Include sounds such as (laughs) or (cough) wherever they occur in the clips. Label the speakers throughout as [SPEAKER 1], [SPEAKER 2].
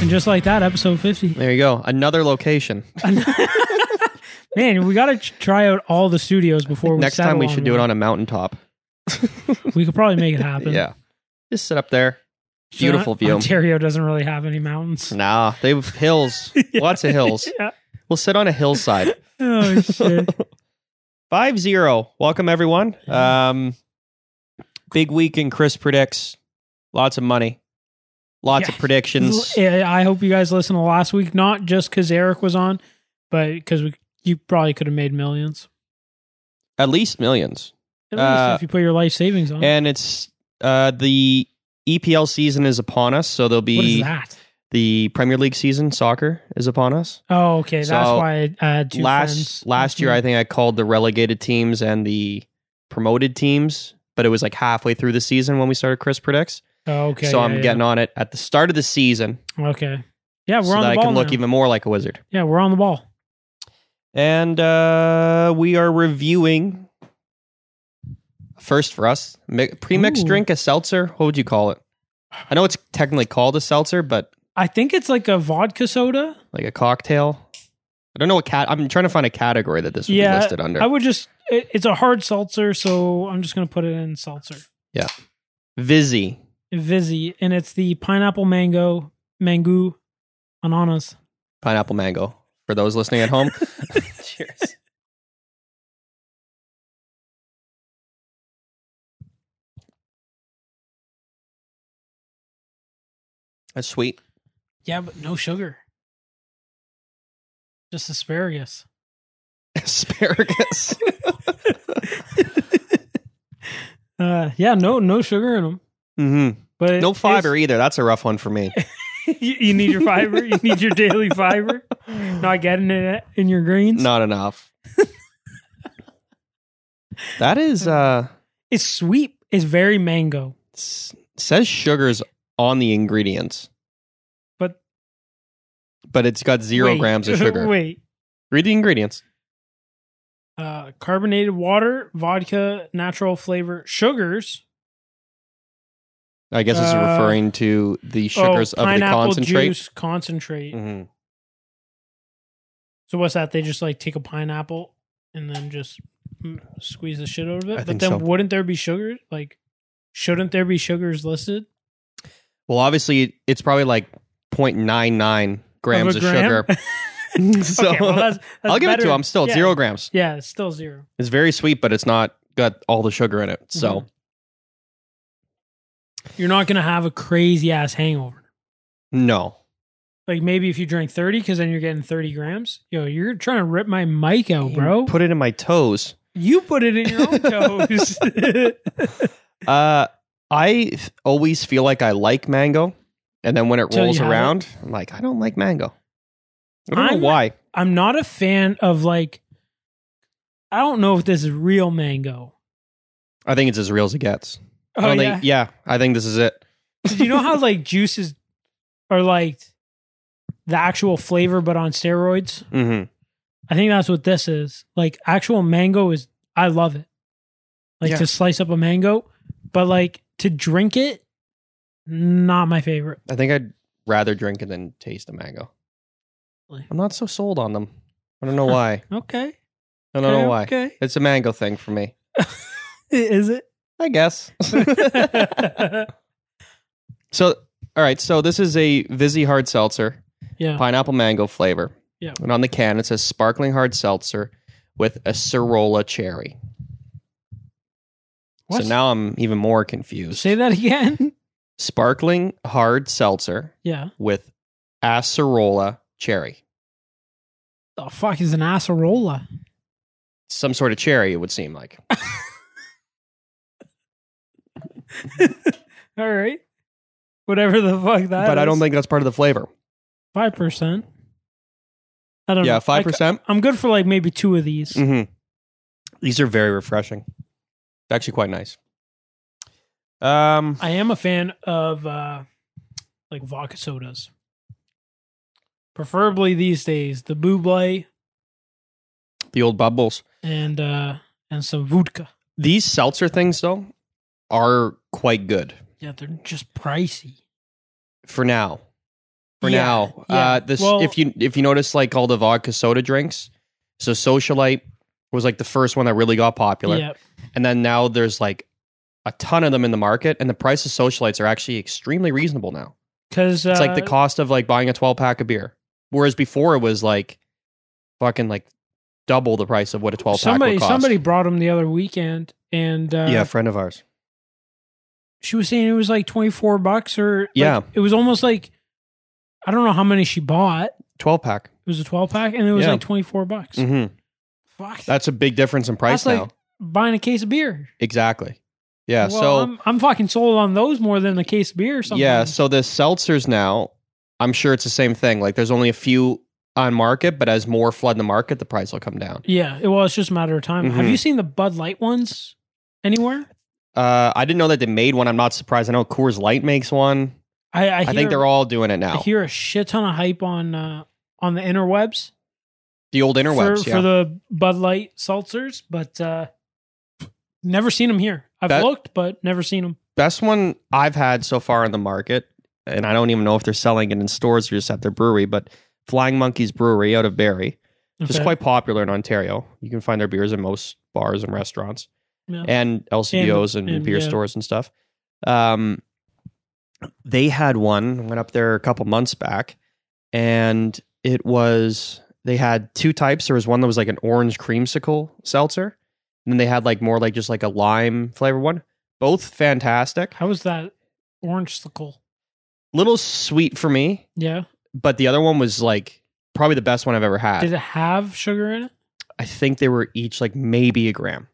[SPEAKER 1] And just like that, episode 50.
[SPEAKER 2] There you go. Another location.
[SPEAKER 1] Man, we got to try out all the studios before we
[SPEAKER 2] Next time we should do it
[SPEAKER 1] one.
[SPEAKER 2] on a mountaintop.
[SPEAKER 1] We could probably make it happen.
[SPEAKER 2] (laughs) Yeah. Just sit up there.
[SPEAKER 1] Sure,
[SPEAKER 2] Beautiful view. Mm.
[SPEAKER 1] Ontario doesn't really have any mountains.
[SPEAKER 2] Nah, they have hills. Lots of hills.
[SPEAKER 1] (laughs) Yeah.
[SPEAKER 2] We'll sit on a hillside.
[SPEAKER 1] Oh, shit.
[SPEAKER 2] (laughs) Five zero. Welcome everyone. Um, big week in Chris predicts. Lots of money. Lots
[SPEAKER 1] Yeah.
[SPEAKER 2] of predictions.
[SPEAKER 1] Yeah, I hope you guys listened to last week, not just because Eric was on, but because we you probably could have made millions.
[SPEAKER 2] At least millions.
[SPEAKER 1] At least
[SPEAKER 2] Uh,
[SPEAKER 1] if you put your life savings on.
[SPEAKER 2] And it's uh, the EPL season is upon us, so there'll
[SPEAKER 1] what is
[SPEAKER 2] be
[SPEAKER 1] that?
[SPEAKER 2] the Premier League season. Soccer is upon us.
[SPEAKER 1] Oh, okay. That's
[SPEAKER 2] So,
[SPEAKER 1] why I had two
[SPEAKER 2] last
[SPEAKER 1] friends. Mm-hmm.
[SPEAKER 2] last year, I think I called the relegated teams and the promoted teams, but it was like halfway through the season when we started Chris predicts.
[SPEAKER 1] Oh, okay.
[SPEAKER 2] so
[SPEAKER 1] yeah,
[SPEAKER 2] I'm
[SPEAKER 1] yeah.
[SPEAKER 2] getting on it at the start of the season,
[SPEAKER 1] Okay. Yeah, we're
[SPEAKER 2] so
[SPEAKER 1] on
[SPEAKER 2] that
[SPEAKER 1] the
[SPEAKER 2] I
[SPEAKER 1] ball.
[SPEAKER 2] can look
[SPEAKER 1] now.
[SPEAKER 2] even more like a wizard.
[SPEAKER 1] yeah, we're on the ball.
[SPEAKER 2] And uh, we are reviewing first for us mi- pre-mixed
[SPEAKER 1] Ooh.
[SPEAKER 2] drink, a seltzer. What would you call it? I know it's technically called a seltzer, but
[SPEAKER 1] I think it's like a vodka soda.
[SPEAKER 2] like a cocktail. I don't know what cat. I'm trying to find a category that this would
[SPEAKER 1] Yeah,
[SPEAKER 2] be listed under.
[SPEAKER 1] I would just, it, it's a hard seltzer, so I'm just going to put it in seltzer.
[SPEAKER 2] Vizzy.
[SPEAKER 1] Vizzy, and it's the pineapple mango, mango, ananas.
[SPEAKER 2] pineapple mango for those listening at
[SPEAKER 1] (laughs)
[SPEAKER 2] home. Cheers. That's sweet. (laughs)
[SPEAKER 1] Yeah, but no sugar. Just asparagus.
[SPEAKER 2] Asparagus.
[SPEAKER 1] Uh, yeah, no, no sugar in them.
[SPEAKER 2] hmm
[SPEAKER 1] But
[SPEAKER 2] No
[SPEAKER 1] it's-
[SPEAKER 2] fiber either. That's a rough one for me.
[SPEAKER 1] (laughs) you, you need your fiber. You need your daily fiber. Not getting it in your greens.
[SPEAKER 2] Not enough. that is uh
[SPEAKER 1] It's sweet. It's very mango,
[SPEAKER 2] s- says sugars on the ingredients,
[SPEAKER 1] but
[SPEAKER 2] but it's got zero
[SPEAKER 1] wait,
[SPEAKER 2] grams of sugar.
[SPEAKER 1] (laughs) Wait,
[SPEAKER 2] Read the ingredients.
[SPEAKER 1] uh, carbonated water, vodka, natural flavor, sugars,
[SPEAKER 2] I guess it's
[SPEAKER 1] Uh,
[SPEAKER 2] referring to the
[SPEAKER 1] oh,
[SPEAKER 2] sugars of the
[SPEAKER 1] pineapple
[SPEAKER 2] concentrate.
[SPEAKER 1] juice concentrate.
[SPEAKER 2] Mhm.
[SPEAKER 1] So what's that? They just like take a pineapple and then just mm, squeeze the shit out of it.
[SPEAKER 2] I
[SPEAKER 1] but
[SPEAKER 2] think
[SPEAKER 1] then
[SPEAKER 2] so.
[SPEAKER 1] wouldn't there be sugars? Like, shouldn't there be sugars listed?
[SPEAKER 2] Well, obviously, it's probably like 0.99
[SPEAKER 1] a
[SPEAKER 2] grams of,
[SPEAKER 1] gram?
[SPEAKER 2] (laughs) sugar.
[SPEAKER 1] (laughs)
[SPEAKER 2] so
[SPEAKER 1] okay, well that's, that's
[SPEAKER 2] (laughs) I'll give it
[SPEAKER 1] better.
[SPEAKER 2] to him. Still
[SPEAKER 1] yeah.
[SPEAKER 2] zero grams.
[SPEAKER 1] Yeah, it's still zero.
[SPEAKER 2] It's very sweet, but it's not got all the sugar in it. So
[SPEAKER 1] You're not gonna have a crazy ass hangover. Mm-hmm.
[SPEAKER 2] no,
[SPEAKER 1] Like maybe if you drink thirty, because then you're getting thirty grams. Yo, you're trying to rip my mic out, Oh, bro.
[SPEAKER 2] put it in my toes.
[SPEAKER 1] you put it in your own toes.
[SPEAKER 2] (laughs)
[SPEAKER 1] (laughs)
[SPEAKER 2] Uh, I f- always feel like I like mango, and then when it
[SPEAKER 1] Till you
[SPEAKER 2] rolls
[SPEAKER 1] have it.
[SPEAKER 2] around, I'm like, I don't like mango. I don't
[SPEAKER 1] I'm-
[SPEAKER 2] know why.
[SPEAKER 1] I'm not a fan of like. I don't know if this is real mango.
[SPEAKER 2] I think it's as real as it gets. I
[SPEAKER 1] Oh,
[SPEAKER 2] don't
[SPEAKER 1] yeah.
[SPEAKER 2] think. Yeah, I think this is it.
[SPEAKER 1] (laughs) Did you know (laughs) how like juices are like the actual flavor but on steroids?
[SPEAKER 2] hmm
[SPEAKER 1] I think that's what this is. Like actual mango is I love it. Like
[SPEAKER 2] Yeah.
[SPEAKER 1] to slice up a mango, but like to drink it, not my favorite.
[SPEAKER 2] I think I'd rather drink it than taste a mango.
[SPEAKER 1] Really?
[SPEAKER 2] I'm not so sold on them. I don't know
[SPEAKER 1] Huh.
[SPEAKER 2] why.
[SPEAKER 1] Okay.
[SPEAKER 2] I don't know why.
[SPEAKER 1] Okay.
[SPEAKER 2] It's a mango thing for me.
[SPEAKER 1] Is it?
[SPEAKER 2] I guess. (laughs) so, all right. So this is a Vizzy hard seltzer,
[SPEAKER 1] (laughs) (laughs) yeah.
[SPEAKER 2] pineapple mango flavor.
[SPEAKER 1] Yeah.
[SPEAKER 2] And on the can it says sparkling hard seltzer with a Cirola cherry.
[SPEAKER 1] What?
[SPEAKER 2] So now I'm even more confused.
[SPEAKER 1] Say that again. (laughs)
[SPEAKER 2] Sparkling hard seltzer
[SPEAKER 1] Yeah.
[SPEAKER 2] with acerola cherry.
[SPEAKER 1] The fuck is an acerola?
[SPEAKER 2] Some sort of cherry, it would seem like.
[SPEAKER 1] (laughs) All right. Whatever the fuck that
[SPEAKER 2] but I don't think that's part of the flavor.
[SPEAKER 1] five percent. I don't know.
[SPEAKER 2] Yeah,
[SPEAKER 1] I
[SPEAKER 2] five
[SPEAKER 1] c-
[SPEAKER 2] percent.
[SPEAKER 1] I'm good for like maybe two of these.
[SPEAKER 2] Mm-hmm. These are very refreshing. It's Actually, quite nice. Um,
[SPEAKER 1] I am a fan of uh like vodka sodas. Preferably these days, the buble
[SPEAKER 2] the old bubbles.
[SPEAKER 1] and uh and some vodka.
[SPEAKER 2] These seltzer things, though, are quite good
[SPEAKER 1] Yeah, they're just pricey.
[SPEAKER 2] for now. for
[SPEAKER 1] Yeah,
[SPEAKER 2] now.
[SPEAKER 1] yeah.
[SPEAKER 2] Uh, this
[SPEAKER 1] Well-
[SPEAKER 2] if you if you notice like all the vodka soda drinks, so Socialite was like the first one that really got popular,
[SPEAKER 1] Yeah.
[SPEAKER 2] and then now there's like a ton of them in the market, and the price of Socialites are actually extremely reasonable now.
[SPEAKER 1] Because
[SPEAKER 2] It's like the cost of like buying a twelve pack of beer, whereas before it was like fucking like double the price of what a twelve pack
[SPEAKER 1] somebody
[SPEAKER 2] would cost.
[SPEAKER 1] somebody brought him the other weekend, and uh,
[SPEAKER 2] yeah, a friend of ours.
[SPEAKER 1] she was saying it was like twenty four bucks or like,
[SPEAKER 2] Yeah.
[SPEAKER 1] it was almost like I don't know how many she bought. It
[SPEAKER 2] 12 pack.
[SPEAKER 1] was a twelve pack, and it was
[SPEAKER 2] Yeah.
[SPEAKER 1] like twenty four bucks.
[SPEAKER 2] Mm-hmm.
[SPEAKER 1] Fuck,
[SPEAKER 2] That's a big difference in price
[SPEAKER 1] That's like-
[SPEAKER 2] now.
[SPEAKER 1] buying a case of beer.
[SPEAKER 2] Exactly. Yeah.
[SPEAKER 1] Well,
[SPEAKER 2] so,
[SPEAKER 1] I'm, I'm fucking sold on those more than a case of beer. Sometimes.
[SPEAKER 2] yeah. So the seltzers now, I'm sure it's the same thing. Like there's only a few on market, but as more flood the market, the price will come down.
[SPEAKER 1] yeah. it- Well, it's just a matter of time. Have
[SPEAKER 2] Mhm.
[SPEAKER 1] you seen the Bud Light ones anywhere?
[SPEAKER 2] Uh, I didn't know that they made one. I'm not surprised. I know Coors Light makes one.
[SPEAKER 1] I I,
[SPEAKER 2] I, think
[SPEAKER 1] hear-
[SPEAKER 2] they're all doing it
[SPEAKER 1] I
[SPEAKER 2] now.
[SPEAKER 1] hear a shit ton of hype on uh, on the interwebs.
[SPEAKER 2] The old interwebs.
[SPEAKER 1] for,
[SPEAKER 2] yeah.
[SPEAKER 1] for the Bud Light seltzers, but uh, never seen them here. I've
[SPEAKER 2] That-
[SPEAKER 1] looked, but never seen them.
[SPEAKER 2] Best one I've had so far in the market, and I don't even know if they're selling it in stores or just at their brewery, but Flying Monkeys Brewery out of Barrie. which is quite popular in Ontario. You can find their beers in most bars and restaurants
[SPEAKER 1] Yeah.
[SPEAKER 2] and LCBOs and,
[SPEAKER 1] and,
[SPEAKER 2] beer
[SPEAKER 1] yeah.
[SPEAKER 2] stores and stuff. Um, they had one, went up there a couple months back, and it was, they had two types. There was one that was like an orange creamsicle seltzer, and then they had like more like just like a lime flavor one. Both fantastic.
[SPEAKER 1] How was that orange sickle?
[SPEAKER 2] Little sweet for me,
[SPEAKER 1] Yeah.
[SPEAKER 2] but the other one was like probably the best one I've ever had.
[SPEAKER 1] Did it have sugar in it?
[SPEAKER 2] I think they were each like maybe a gram.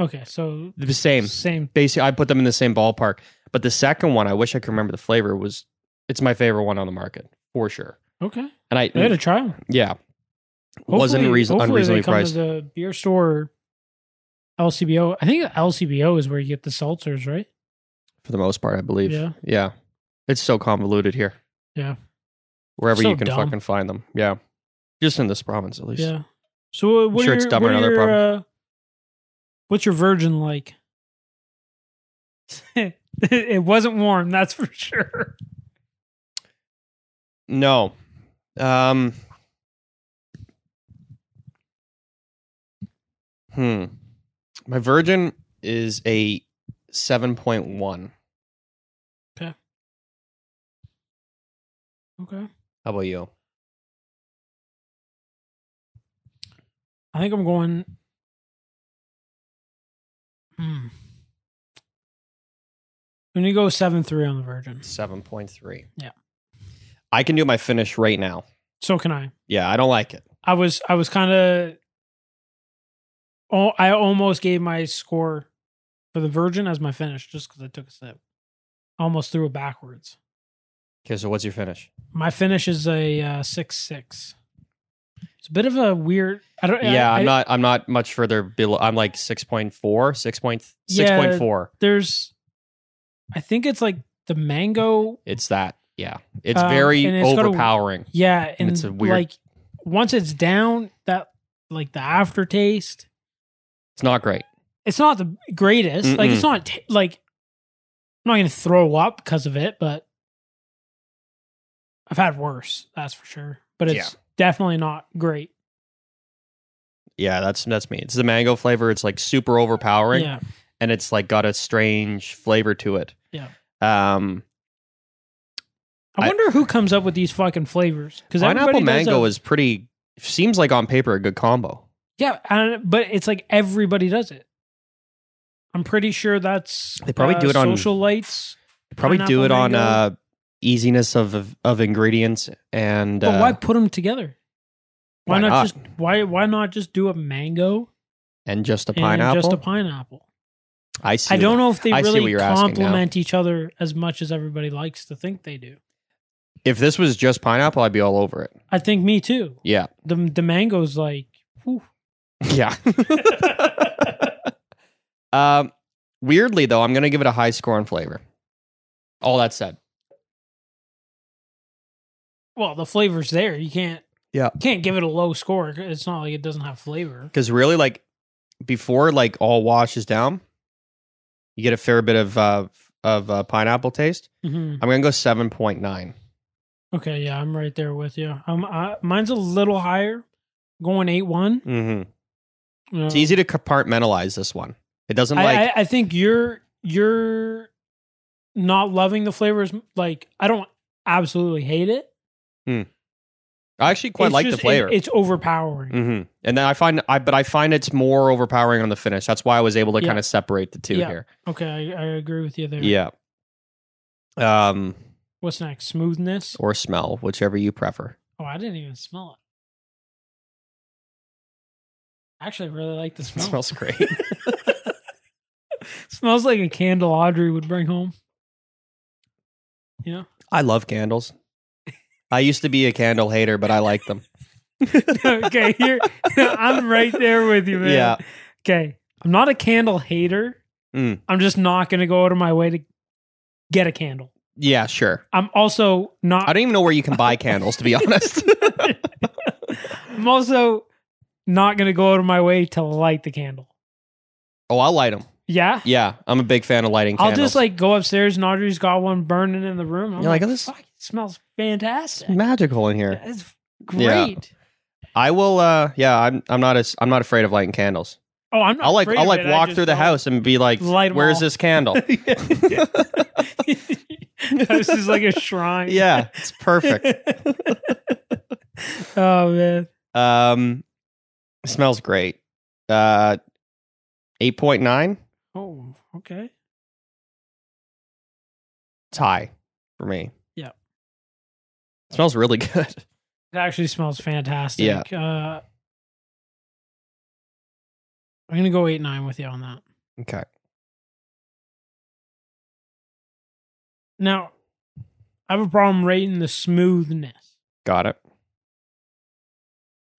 [SPEAKER 1] Okay, so
[SPEAKER 2] The same.
[SPEAKER 1] same.
[SPEAKER 2] basically I put them in the same ballpark. But the second one, I wish I could remember the flavor. Was it's my favorite one on the market for sure.
[SPEAKER 1] Okay,
[SPEAKER 2] And I
[SPEAKER 1] I had to try them.
[SPEAKER 2] yeah, Mm. wasn't reason, unreasonably priced.
[SPEAKER 1] To the beer store, LCBO. I think LCBO is where you get the seltzers, right?
[SPEAKER 2] for the most part, I believe.
[SPEAKER 1] Yeah.
[SPEAKER 2] yeah, it's so convoluted here.
[SPEAKER 1] Yeah.
[SPEAKER 2] wherever
[SPEAKER 1] So
[SPEAKER 2] you can
[SPEAKER 1] dumb.
[SPEAKER 2] fucking find them. Yeah, just in this province at least.
[SPEAKER 1] Yeah. So uh, what
[SPEAKER 2] sure
[SPEAKER 1] are
[SPEAKER 2] it's
[SPEAKER 1] your-
[SPEAKER 2] dumber
[SPEAKER 1] what
[SPEAKER 2] in
[SPEAKER 1] are
[SPEAKER 2] other
[SPEAKER 1] your,
[SPEAKER 2] problems.
[SPEAKER 1] uh, what's your virgin like? (laughs) it wasn't warm, that's for sure. (laughs)
[SPEAKER 2] No, um, hmm, my virgin is a seven point one.
[SPEAKER 1] Okay.
[SPEAKER 2] How about you?
[SPEAKER 1] I think I'm going. Hmm. I'm gonna go seven three on the virgin.
[SPEAKER 2] Seven point three.
[SPEAKER 1] Yeah.
[SPEAKER 2] I can do my finish right now.
[SPEAKER 1] So can I.
[SPEAKER 2] Yeah, I don't like it.
[SPEAKER 1] I was I was kind of. Oh, I almost gave my score for the virgin as my finish just because I took a sip. I almost threw it backwards.
[SPEAKER 2] Okay, so what's your finish?
[SPEAKER 1] My finish is a uh, six six. It's a bit of a weird. I don't.
[SPEAKER 2] Yeah,
[SPEAKER 1] I,
[SPEAKER 2] I,
[SPEAKER 1] I-
[SPEAKER 2] am not I'm not much further below I'm like 6.4, 6.4.
[SPEAKER 1] Yeah. There's. I think it's like the mango.
[SPEAKER 2] It's that. Yeah. It's
[SPEAKER 1] Um,
[SPEAKER 2] very
[SPEAKER 1] and it's got a-
[SPEAKER 2] overpowering.
[SPEAKER 1] Yeah,
[SPEAKER 2] And
[SPEAKER 1] and
[SPEAKER 2] it's a weird-
[SPEAKER 1] like once it's down, that like the aftertaste.
[SPEAKER 2] it's not great.
[SPEAKER 1] It's not the greatest. Like it's not t- like I'm not gonna throw up because of it, but I've had worse. That's for sure. But it's definitely not great.
[SPEAKER 2] Yeah, that's that's me. It's the mango flavor. It's like super overpowering
[SPEAKER 1] Yeah.
[SPEAKER 2] and it's like got a strange flavor to it.
[SPEAKER 1] Yeah.
[SPEAKER 2] Um
[SPEAKER 1] I
[SPEAKER 2] I-
[SPEAKER 1] wonder who comes up with these fucking flavors because
[SPEAKER 2] pineapple mango is pretty seems like on paper a good combo.
[SPEAKER 1] Yeah, I, but it's like everybody does it. I'm pretty sure that's uh,
[SPEAKER 2] They probably do it on-
[SPEAKER 1] social lights.
[SPEAKER 2] Probably do
[SPEAKER 1] Pineapple
[SPEAKER 2] it on
[SPEAKER 1] mango.
[SPEAKER 2] uh easiness of of, of ingredients and
[SPEAKER 1] But
[SPEAKER 2] uh,
[SPEAKER 1] why put them together? Why,
[SPEAKER 2] Why
[SPEAKER 1] not,
[SPEAKER 2] not?
[SPEAKER 1] just why why not just do a mango
[SPEAKER 2] and just a
[SPEAKER 1] and
[SPEAKER 2] pineapple.
[SPEAKER 1] just a pineapple?
[SPEAKER 2] I see.
[SPEAKER 1] I don't know if they
[SPEAKER 2] I see what
[SPEAKER 1] really
[SPEAKER 2] you're asking now.
[SPEAKER 1] complement each other as much as everybody likes to think they do.
[SPEAKER 2] If this was just pineapple, I'd be all over it.
[SPEAKER 1] I think me too.
[SPEAKER 2] Yeah. (laughs)
[SPEAKER 1] The the mango's like whew. (laughs)
[SPEAKER 2] Yeah. um, weirdly, though, I'm going to give it a high score on flavor. All that said.
[SPEAKER 1] well, the flavor's there. You can't
[SPEAKER 2] Yeah.
[SPEAKER 1] you can't give it a low score. It's not like it doesn't have flavor.
[SPEAKER 2] Because really, like, before, like, all washes down, you get a fair bit of, uh, of uh, pineapple taste.
[SPEAKER 1] Mhm.
[SPEAKER 2] I'm going to go 7.9.
[SPEAKER 1] Okay, yeah, I'm right there with you. I'm I, mine's a little higher, going eight one.
[SPEAKER 2] Mm-hmm. It's easy to compartmentalize this one. It doesn't
[SPEAKER 1] I,
[SPEAKER 2] like
[SPEAKER 1] I, I think you're you're not loving the flavors. Like I don't absolutely hate it.
[SPEAKER 2] I actually quite
[SPEAKER 1] It's
[SPEAKER 2] like the
[SPEAKER 1] just- it-
[SPEAKER 2] flavor.
[SPEAKER 1] it's overpowering.
[SPEAKER 2] hmm And then I find I but I find it's more overpowering on the finish. That's why I was able to
[SPEAKER 1] Yeah.
[SPEAKER 2] kind of separate the two
[SPEAKER 1] Yeah.
[SPEAKER 2] here.
[SPEAKER 1] Okay, I, I agree with you there.
[SPEAKER 2] Yeah. Um
[SPEAKER 1] What's next? Smoothness.
[SPEAKER 2] or smell, whichever you prefer. (laughs)
[SPEAKER 1] Oh, I didn't even smell it. Actually, I really
[SPEAKER 2] (laughs)
[SPEAKER 1] like the
[SPEAKER 2] It
[SPEAKER 1] smell.
[SPEAKER 2] smells great.
[SPEAKER 1] Smells like a candle Audrey would bring home. (laughs)
[SPEAKER 2] I love candles. I used to be a candle hater, but I like them.
[SPEAKER 1] okay, here (laughs) I'm right there with you, man.
[SPEAKER 2] Yeah.
[SPEAKER 1] Okay, I'm not a candle hater.
[SPEAKER 2] Mm.
[SPEAKER 1] I'm just not going to go out of my way to get a candle.
[SPEAKER 2] Yeah, sure.
[SPEAKER 1] I'm also not.
[SPEAKER 2] I don't even know where you can buy candles to be (laughs) honest.
[SPEAKER 1] I'm also not going to go out of my way to light the candle.
[SPEAKER 2] oh, I'll light them.
[SPEAKER 1] Yeah.
[SPEAKER 2] Yeah, I'm a big fan of lighting
[SPEAKER 1] I'll
[SPEAKER 2] candles.
[SPEAKER 1] just like go upstairs and Audrey's got one burning in the room. I'm
[SPEAKER 2] You're like, "Oh, this-
[SPEAKER 1] "Fuck, it smells fantastic.
[SPEAKER 2] magical in here.
[SPEAKER 1] It's
[SPEAKER 2] Yeah.
[SPEAKER 1] great.
[SPEAKER 2] I will uh yeah, I'm I'm not as I'm not afraid of lighting candles.
[SPEAKER 1] Oh, I'm not.
[SPEAKER 2] I'll like
[SPEAKER 1] afraid
[SPEAKER 2] I'll
[SPEAKER 1] of
[SPEAKER 2] like
[SPEAKER 1] it. I
[SPEAKER 2] walk
[SPEAKER 1] just
[SPEAKER 2] through the
[SPEAKER 1] don't-
[SPEAKER 2] house and be like
[SPEAKER 1] Light 'em
[SPEAKER 2] where's
[SPEAKER 1] all."
[SPEAKER 2] this candle?
[SPEAKER 1] (laughs) this is like a shrine.
[SPEAKER 2] yeah, it's
[SPEAKER 1] (laughs)
[SPEAKER 2] perfect.
[SPEAKER 1] oh man.
[SPEAKER 2] Um, smells great. Uh, eight point nine.
[SPEAKER 1] Oh, okay.
[SPEAKER 2] It's high for me.
[SPEAKER 1] Yeah.
[SPEAKER 2] smells really (laughs) good.
[SPEAKER 1] It actually smells fantastic.
[SPEAKER 2] Yeah.
[SPEAKER 1] Uh, I'm gonna go eight nine with you on that.
[SPEAKER 2] Okay.
[SPEAKER 1] Now, I have a problem rating the smoothness.
[SPEAKER 2] Got it.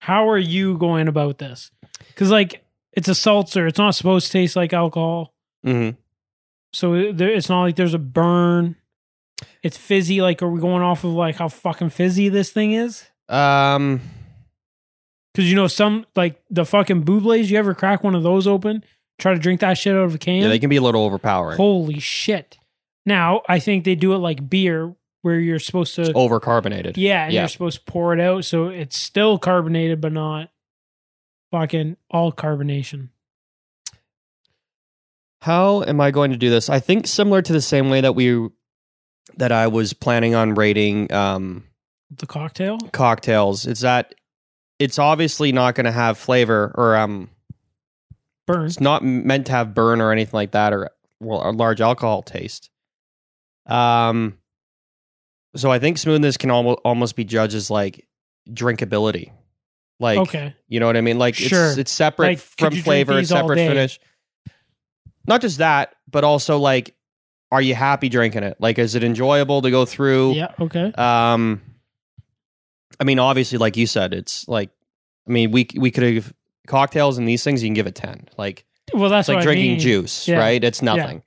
[SPEAKER 1] How are you going about this? Because like it's a seltzer, it's not supposed to taste like alcohol,
[SPEAKER 2] hmm
[SPEAKER 1] so it- there, it's not like there's a burn. It's fizzy. Like, are we going off of like how fucking fizzy this thing is?
[SPEAKER 2] Um,
[SPEAKER 1] Because you know some like the fucking bubles. You ever crack one of those open? Try to drink that shit out of a can.
[SPEAKER 2] yeah, they can be a little overpowering,
[SPEAKER 1] Holy shit! Now I think they do it like beer, where you're supposed (laughs) to.
[SPEAKER 2] overcarbonated.
[SPEAKER 1] Yeah, and
[SPEAKER 2] yeah.
[SPEAKER 1] you're supposed to pour it out, so it's still carbonated, but not fucking all carbonation.
[SPEAKER 2] How am I going to do this? I think similar to the same way that we that I was planning on rating um
[SPEAKER 1] The cocktail.
[SPEAKER 2] cocktails. It's that it's obviously not going to have flavor or um
[SPEAKER 1] burns.
[SPEAKER 2] It's not meant to have burn or anything like that, or well, a large alcohol taste. Um, so I think smoothness can almost almost be judged as like drinkability, like
[SPEAKER 1] okay.
[SPEAKER 2] you know what I mean. Like
[SPEAKER 1] Sure.
[SPEAKER 2] it's it's separate
[SPEAKER 1] Like, could
[SPEAKER 2] from
[SPEAKER 1] you drink
[SPEAKER 2] flavor, it's
[SPEAKER 1] these all
[SPEAKER 2] separate
[SPEAKER 1] day?
[SPEAKER 2] finish. Not just that, but also like, are you happy drinking it? Like, is it enjoyable to go through?
[SPEAKER 1] Yeah. Okay.
[SPEAKER 2] Um, I mean, obviously, like you said, it's like, I mean, we we could have cocktails and these things. You can give it ten. Like
[SPEAKER 1] Well, that's
[SPEAKER 2] it's like
[SPEAKER 1] what I
[SPEAKER 2] drinking
[SPEAKER 1] mean,
[SPEAKER 2] juice,
[SPEAKER 1] Yeah.
[SPEAKER 2] right? It's nothing.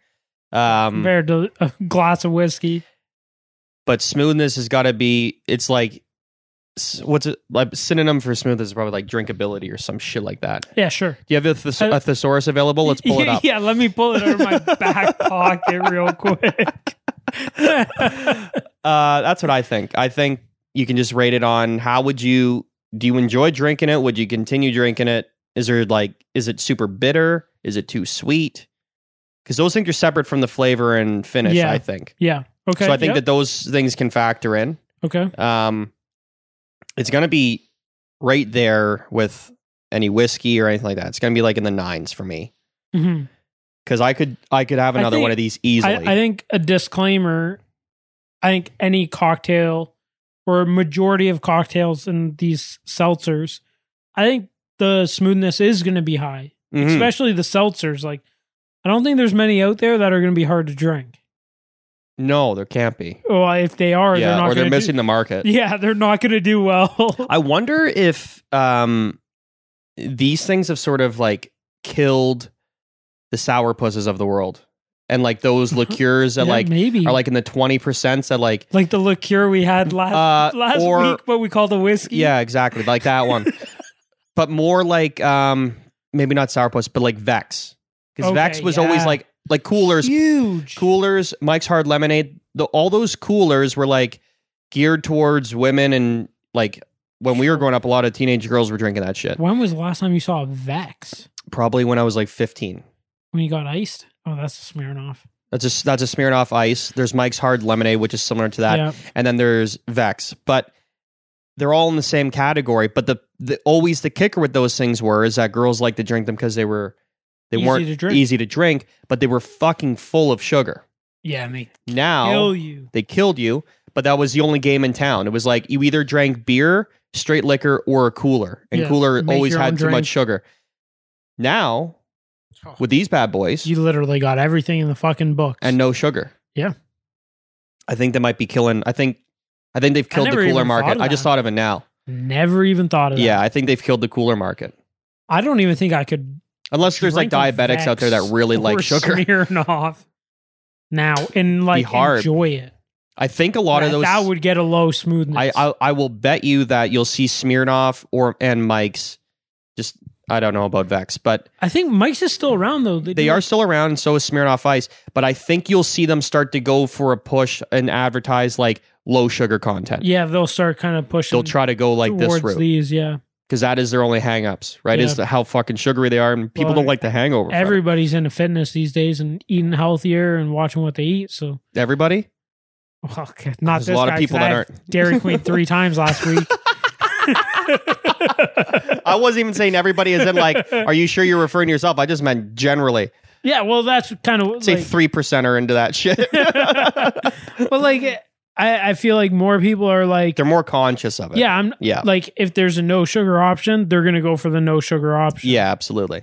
[SPEAKER 2] Um,
[SPEAKER 1] compared to a glass of whiskey.
[SPEAKER 2] but smoothness has got to be. It's like s- what's it like synonym for smoothness is probably like drinkability or some shit like that.
[SPEAKER 1] Yeah. Sure.
[SPEAKER 2] Do you have a, thes-
[SPEAKER 1] Uh,
[SPEAKER 2] a thesaurus available? Let's pull
[SPEAKER 1] (laughs)
[SPEAKER 2] it up.
[SPEAKER 1] Yeah, let me pull it out of my back pocket real
[SPEAKER 2] (laughs)
[SPEAKER 1] quick.
[SPEAKER 2] (laughs) Uh, that's what I think. I think you can just rate it on how would you do you enjoy drinking it? Would you continue drinking it? Is there like is it super bitter? Is it too sweet? Because those things are separate from the flavor and finish.
[SPEAKER 1] Yeah.
[SPEAKER 2] I think.
[SPEAKER 1] yeah. Okay.
[SPEAKER 2] so I think
[SPEAKER 1] yep,
[SPEAKER 2] that those things can factor in.
[SPEAKER 1] okay.
[SPEAKER 2] Um, it's gonna be right there with any whiskey or anything like that. It's gonna be like in the nines for me
[SPEAKER 1] hmm
[SPEAKER 2] because I could I could have
[SPEAKER 1] I
[SPEAKER 2] another
[SPEAKER 1] think-
[SPEAKER 2] one of these
[SPEAKER 1] I,
[SPEAKER 2] easily.
[SPEAKER 1] I think a disclaimer. I think any cocktail or majority of cocktails in these seltzers, I think the smoothness is going to be high,
[SPEAKER 2] Mhm.
[SPEAKER 1] especially the seltzers. Like, I don't think there's many out there that are going to be hard to drink.
[SPEAKER 2] no, there can't be.
[SPEAKER 1] Well, if they are,
[SPEAKER 2] yeah,
[SPEAKER 1] they're not
[SPEAKER 2] or they're
[SPEAKER 1] gonna do-
[SPEAKER 2] missing the
[SPEAKER 1] (laughs)
[SPEAKER 2] market.
[SPEAKER 1] yeah, they're not going to do well.
[SPEAKER 2] (laughs) I wonder if um, these things have sort of like killed the sourpusses of the world, and
[SPEAKER 1] (laughs)
[SPEAKER 2] like those liqueurs that
[SPEAKER 1] Yeah,
[SPEAKER 2] like
[SPEAKER 1] maybe
[SPEAKER 2] are like in the twenty percent that like
[SPEAKER 1] like the liqueur we had last
[SPEAKER 2] Uh,
[SPEAKER 1] last
[SPEAKER 2] or-
[SPEAKER 1] week, what we call the whiskey.
[SPEAKER 2] yeah exactly like that
[SPEAKER 1] (laughs)
[SPEAKER 2] one, but more like um maybe not sourpuss but like Vex because Vex
[SPEAKER 1] Okay,
[SPEAKER 2] was always
[SPEAKER 1] yeah.
[SPEAKER 2] like like coolers
[SPEAKER 1] huge.
[SPEAKER 2] coolers Mike's Hard Lemonade the, all those coolers were like geared towards women and like when we were growing up, a lot of teenage girls were drinking that shit.
[SPEAKER 1] When was the last time you saw a Vex?
[SPEAKER 2] Probably when I was like 15.
[SPEAKER 1] When you got iced? Oh, that's a Smirnoff.
[SPEAKER 2] That's a that's a Smirnoff Ice. There's Mike's Hard Lemonade, which is similar to that,
[SPEAKER 1] yeah.
[SPEAKER 2] and then there's Vex. But they're all in the same category. But the, the always the kicker with those things were is that girls liked to drink them because they were they
[SPEAKER 1] Easy to
[SPEAKER 2] weren't
[SPEAKER 1] drink.
[SPEAKER 2] easy to drink, but they were fucking full of sugar.
[SPEAKER 1] Yeah, mate.
[SPEAKER 2] Now
[SPEAKER 1] Kill you.
[SPEAKER 2] they killed you, but that was the only game in town. It was like you either drank beer, straight liquor, or a cooler, and
[SPEAKER 1] Yeah,
[SPEAKER 2] cooler
[SPEAKER 1] make
[SPEAKER 2] always
[SPEAKER 1] your
[SPEAKER 2] had
[SPEAKER 1] own
[SPEAKER 2] too much
[SPEAKER 1] drink.
[SPEAKER 2] sugar. Now with these bad boys,
[SPEAKER 1] You literally got everything in the fucking books.
[SPEAKER 2] and no sugar.
[SPEAKER 1] Yeah.
[SPEAKER 2] I think they might be killing. I think, I think they've killed the
[SPEAKER 1] never
[SPEAKER 2] cooler
[SPEAKER 1] even thought
[SPEAKER 2] market.
[SPEAKER 1] of
[SPEAKER 2] I just
[SPEAKER 1] that. uh,
[SPEAKER 2] thought of it now.
[SPEAKER 1] never even thought of that.
[SPEAKER 2] Yeah, I think they've killed the cooler market.
[SPEAKER 1] I don't even think I could.
[SPEAKER 2] Unless there's like
[SPEAKER 1] drink a
[SPEAKER 2] diabetics out there that
[SPEAKER 1] Vex
[SPEAKER 2] really
[SPEAKER 1] or
[SPEAKER 2] like
[SPEAKER 1] (laughs)
[SPEAKER 2] sugar.
[SPEAKER 1] Smirnoff now and like
[SPEAKER 2] hard.
[SPEAKER 1] enjoy it.
[SPEAKER 2] I think a lot
[SPEAKER 1] that,
[SPEAKER 2] of those.
[SPEAKER 1] that would get a low smoothness.
[SPEAKER 2] I, I I will bet you that you'll see Smirnoff or and Mike's. Just I don't know about Vex, but
[SPEAKER 1] I think Mike's is still around though. They,
[SPEAKER 2] they
[SPEAKER 1] do
[SPEAKER 2] are
[SPEAKER 1] like-
[SPEAKER 2] still around, and so is Smirnoff Ice. But I think you'll see them start to go for a push and advertise like low sugar content.
[SPEAKER 1] Yeah, they'll start kind of pushing.
[SPEAKER 2] They'll try to go like this
[SPEAKER 1] towards
[SPEAKER 2] route.
[SPEAKER 1] these. Yeah,
[SPEAKER 2] because that is their only hangups, right? Is
[SPEAKER 1] Yeah.
[SPEAKER 2] the, how fucking sugary they are, and people
[SPEAKER 1] Well,
[SPEAKER 2] don't like the hangover. from it.
[SPEAKER 1] everybody's into fitness these days and eating healthier and watching what they eat. So,
[SPEAKER 2] everybody,
[SPEAKER 1] well, Oh, okay, not
[SPEAKER 2] there's
[SPEAKER 1] this
[SPEAKER 2] a lot
[SPEAKER 1] guy,
[SPEAKER 2] of
[SPEAKER 1] 'cause
[SPEAKER 2] people
[SPEAKER 1] I
[SPEAKER 2] that
[SPEAKER 1] had
[SPEAKER 2] aren't.
[SPEAKER 1] Dairy
[SPEAKER 2] (laughs)
[SPEAKER 1] Queen three times last week.
[SPEAKER 2] (laughs) I wasn't even saying everybody is
[SPEAKER 1] (laughs)
[SPEAKER 2] in. Like, are you sure you're referring to yourself? I just meant generally.
[SPEAKER 1] yeah, well, that's kind of
[SPEAKER 2] Say three (laughs) percent are into that shit.
[SPEAKER 1] (laughs) but like I, I feel like more people are like
[SPEAKER 2] They're more conscious of it.
[SPEAKER 1] yeah i'm
[SPEAKER 2] yeah,
[SPEAKER 1] like if there's a no sugar option they're gonna go for the no sugar option
[SPEAKER 2] yeah, absolutely.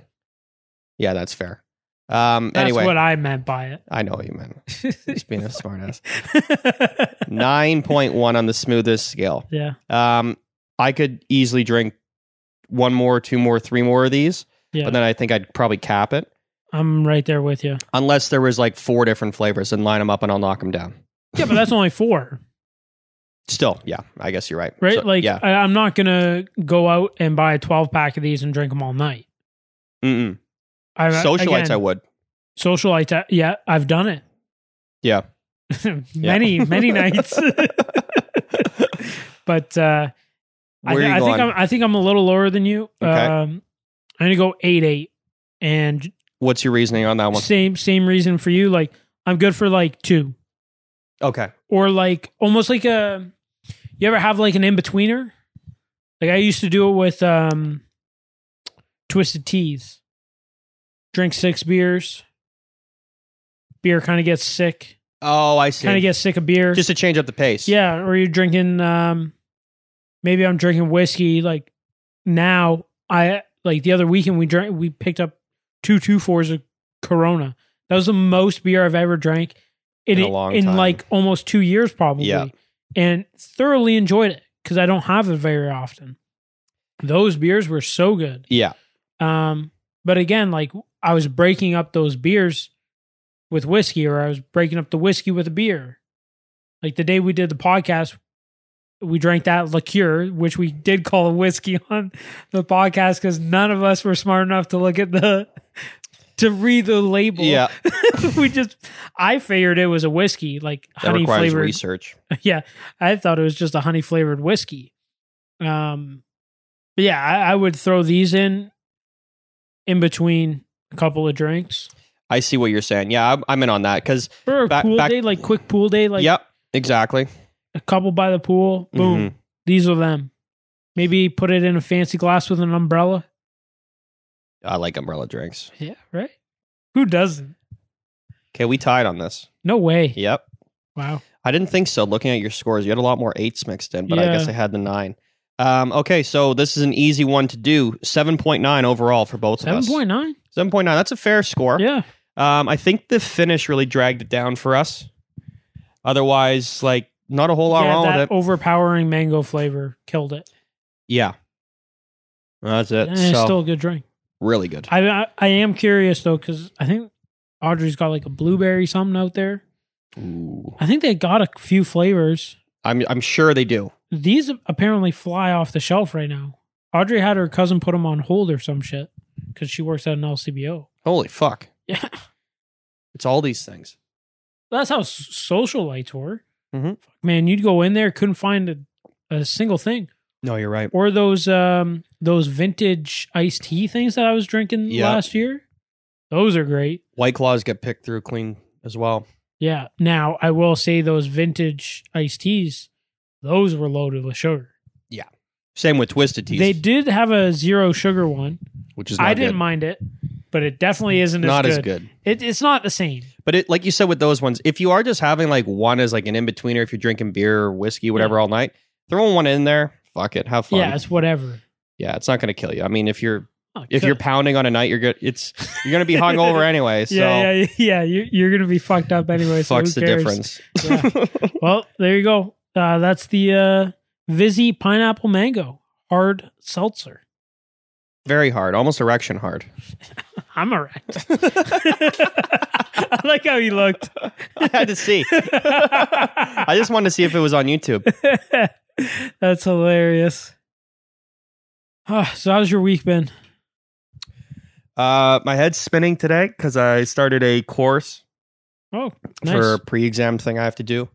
[SPEAKER 2] Yeah, that's fair. Um,
[SPEAKER 1] that's
[SPEAKER 2] anyway,
[SPEAKER 1] what
[SPEAKER 2] I,
[SPEAKER 1] i meant (laughs) by
[SPEAKER 2] know what you meant.
[SPEAKER 1] it
[SPEAKER 2] Just being a smartass.
[SPEAKER 1] yeah
[SPEAKER 2] Nine point one on the smoothest scale. Um, I could easily drink one more, two more, three more of these,
[SPEAKER 1] yeah
[SPEAKER 2] but then I think I'd probably cap it.
[SPEAKER 1] i'm right there with you
[SPEAKER 2] unless there was like four different flavors and line them up and I'll knock them down.
[SPEAKER 1] yeah but that's only four
[SPEAKER 2] Still, yeah, I guess you're right.
[SPEAKER 1] right
[SPEAKER 2] So,
[SPEAKER 1] like
[SPEAKER 2] yeah,
[SPEAKER 1] I, i'm not gonna go out and buy a 12 pack of these and drink them all night
[SPEAKER 2] Mm-mm.
[SPEAKER 1] I,
[SPEAKER 2] socialites
[SPEAKER 1] again,
[SPEAKER 2] I would.
[SPEAKER 1] socialites I- uh, yeah i've done it
[SPEAKER 2] Yeah.
[SPEAKER 1] (laughs) many
[SPEAKER 2] (laughs)
[SPEAKER 1] many nights (laughs) but uh I,
[SPEAKER 2] Where
[SPEAKER 1] thi-
[SPEAKER 2] are you
[SPEAKER 1] I
[SPEAKER 2] going?
[SPEAKER 1] think I'm I think I'm a little lower than you.
[SPEAKER 2] Okay.
[SPEAKER 1] Um I'm gonna go eight eight. And
[SPEAKER 2] What's your reasoning on that one?
[SPEAKER 1] same same reason for you. Like I'm good for like two.
[SPEAKER 2] Okay,
[SPEAKER 1] Or like almost like a you ever have like an in betweener? Like I used to do it with um twisted teas. Drink six beers. Beer kind of gets sick.
[SPEAKER 2] Oh, I see.
[SPEAKER 1] Kind of gets sick of beer.
[SPEAKER 2] Just to change up the pace.
[SPEAKER 1] Yeah, or you're drinking um maybe I'm drinking whiskey like now I like the other weekend we drank we picked up two two fours of Corona. That was the most beer I've ever drank in,
[SPEAKER 2] In a long
[SPEAKER 1] in
[SPEAKER 2] time.
[SPEAKER 1] like almost 2 years probably.
[SPEAKER 2] Yeah.
[SPEAKER 1] And thoroughly enjoyed it cuz I don't have it very often. Those beers were so good.
[SPEAKER 2] yeah,
[SPEAKER 1] Um but again like I was breaking up those beers with whiskey or I was breaking up the whiskey with a beer. Like the day we did the podcast, we drank that liqueur, which we did call whiskey (laughs) on the podcast because none of us were smart enough to look at the (laughs) to read the label.
[SPEAKER 2] yeah.
[SPEAKER 1] (laughs) we just I figured it was a whiskey, like
[SPEAKER 2] That
[SPEAKER 1] honey
[SPEAKER 2] requires
[SPEAKER 1] flavored.
[SPEAKER 2] research.
[SPEAKER 1] Yeah. I thought it was just a honey flavored whiskey. Um but yeah, I, I would throw these in in between a couple of drinks.
[SPEAKER 2] I see what you're saying. Yeah, I'm, I'm in on that because.
[SPEAKER 1] Or a
[SPEAKER 2] Back-
[SPEAKER 1] pool
[SPEAKER 2] back-
[SPEAKER 1] day, like quick pool day, like
[SPEAKER 2] yep, exactly.
[SPEAKER 1] a couple by the pool, boom.
[SPEAKER 2] Mhm.
[SPEAKER 1] These are them. Maybe put it in a fancy glass with an umbrella.
[SPEAKER 2] Mm-hmm. I like umbrella drinks.
[SPEAKER 1] Yeah, right? Who doesn't?
[SPEAKER 2] Okay, we tied on this.
[SPEAKER 1] No way.
[SPEAKER 2] Yep.
[SPEAKER 1] Wow.
[SPEAKER 2] I didn't think so. Looking at your scores, you had a lot more eights mixed in, but I
[SPEAKER 1] Yeah.
[SPEAKER 2] guess I had the nine. Um, okay, so this is an easy one to do. Seven point nine overall for both of
[SPEAKER 1] Seven
[SPEAKER 2] us.
[SPEAKER 1] point nine?
[SPEAKER 2] Seven point nine. That's a fair score.
[SPEAKER 1] Yeah.
[SPEAKER 2] Um, I think the finish really dragged it down for us. Otherwise, like not a whole lot
[SPEAKER 1] yeah
[SPEAKER 2] wrong
[SPEAKER 1] that
[SPEAKER 2] with it.
[SPEAKER 1] overpowering mango flavor killed it.
[SPEAKER 2] yeah. That's it.
[SPEAKER 1] And it's
[SPEAKER 2] so
[SPEAKER 1] still a good drink.
[SPEAKER 2] really good.
[SPEAKER 1] I, I I am curious though because I think Audrey's got like a blueberry something out there.
[SPEAKER 2] Ooh.
[SPEAKER 1] I think they got a few flavors.
[SPEAKER 2] I'm I'm sure they do.
[SPEAKER 1] These apparently fly off the shelf right now. Audrey had her cousin put them on hold or some shit because she works at an LCBO.
[SPEAKER 2] Holy fuck.
[SPEAKER 1] Yeah, (laughs)
[SPEAKER 2] It's all these things.
[SPEAKER 1] that's how s- social lights were.
[SPEAKER 2] Mhm.
[SPEAKER 1] Fuck, man, you'd go in there, couldn't find a, a single thing.
[SPEAKER 2] No, you're right.
[SPEAKER 1] Or those um those vintage iced tea things that I was drinking
[SPEAKER 2] Yeah.
[SPEAKER 1] last year. Those are great.
[SPEAKER 2] White claws get picked through clean as well.
[SPEAKER 1] Yeah. Now I will say those vintage iced teas, those were loaded with sugar.
[SPEAKER 2] Same with twisted teas,
[SPEAKER 1] They did have a zero sugar one.
[SPEAKER 2] which is not
[SPEAKER 1] I didn't
[SPEAKER 2] good.
[SPEAKER 1] mind it, but it definitely isn't as
[SPEAKER 2] not
[SPEAKER 1] good.
[SPEAKER 2] as good.
[SPEAKER 1] It, it's not the same.
[SPEAKER 2] But it, like you said with those ones, if you are just having like one as like an in betweener, if you're drinking beer or whiskey, whatever, all night, throwing one in there, fuck it, have fun.
[SPEAKER 1] Yeah, it's whatever.
[SPEAKER 2] yeah, it's not going to kill you. I mean, if you're
[SPEAKER 1] Oh,
[SPEAKER 2] if
[SPEAKER 1] good.
[SPEAKER 2] you're pounding on a night, you're good. It's you're
[SPEAKER 1] (laughs)
[SPEAKER 2] going to be hungover anyway. So
[SPEAKER 1] yeah, yeah, yeah, you're, you're gonna be fucked up anyway. So
[SPEAKER 2] fucks
[SPEAKER 1] who
[SPEAKER 2] the
[SPEAKER 1] cares?
[SPEAKER 2] difference. (laughs)
[SPEAKER 1] Yeah. Well, there you go. Uh, that's the uh, Vizzy pineapple mango hard seltzer.
[SPEAKER 2] Very hard, almost
[SPEAKER 1] (laughs)
[SPEAKER 2] erection hard.
[SPEAKER 1] I'm
[SPEAKER 2] (laughs)
[SPEAKER 1] erect. (laughs) I like how he looked.
[SPEAKER 2] I had to see. I just wanted to see if it was on YouTube.
[SPEAKER 1] (laughs) That's hilarious. Ah, so how's your week been?
[SPEAKER 2] Uh, my head's spinning today because I started a course
[SPEAKER 1] Oh, nice.
[SPEAKER 2] for um, a pre-exam thing I have to do.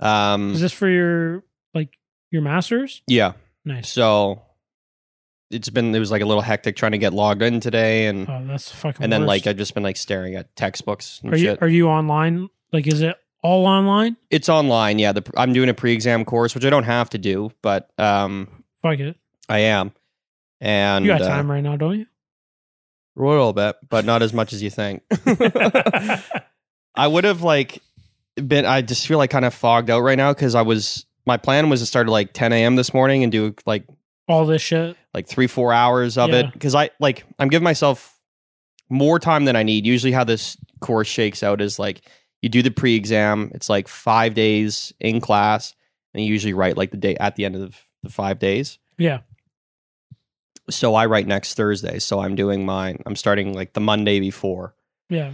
[SPEAKER 2] Um,
[SPEAKER 1] Is this for your like your masters?
[SPEAKER 2] yeah,
[SPEAKER 1] Nice.
[SPEAKER 2] so it's been it was like a little hectic trying to get logged in today, and
[SPEAKER 1] Oh, that's the fucking.
[SPEAKER 2] Mm-hmm. and then
[SPEAKER 1] worst.
[SPEAKER 2] like I've just been like staring at textbooks and
[SPEAKER 1] are you
[SPEAKER 2] shit.
[SPEAKER 1] are you online? Like, is it all online?
[SPEAKER 2] it's online, yeah. The, I'm doing a pre-exam course, which I don't have to do, but um,
[SPEAKER 1] Fuck it.
[SPEAKER 2] I am. And
[SPEAKER 1] You got
[SPEAKER 2] uh,
[SPEAKER 1] time right now,
[SPEAKER 2] (laughs)
[SPEAKER 1] don't you? (laughs)
[SPEAKER 2] a little bit, but not as much as you think. I would have like been. I just feel like kind of fogged out right now because I was. My plan was to start at like 10 a.m. this morning and do like
[SPEAKER 1] all this shit.
[SPEAKER 2] like three four hours of
[SPEAKER 1] Yeah.
[SPEAKER 2] it because I like I'm giving myself more time than I need. Usually, how this course shakes out is like you do the pre-exam. It's like five days in class, and you usually write like the day at the end of the five days.
[SPEAKER 1] Yeah.
[SPEAKER 2] So I write next Thursday. So I'm doing mine. I'm starting like the Monday before
[SPEAKER 1] Yeah.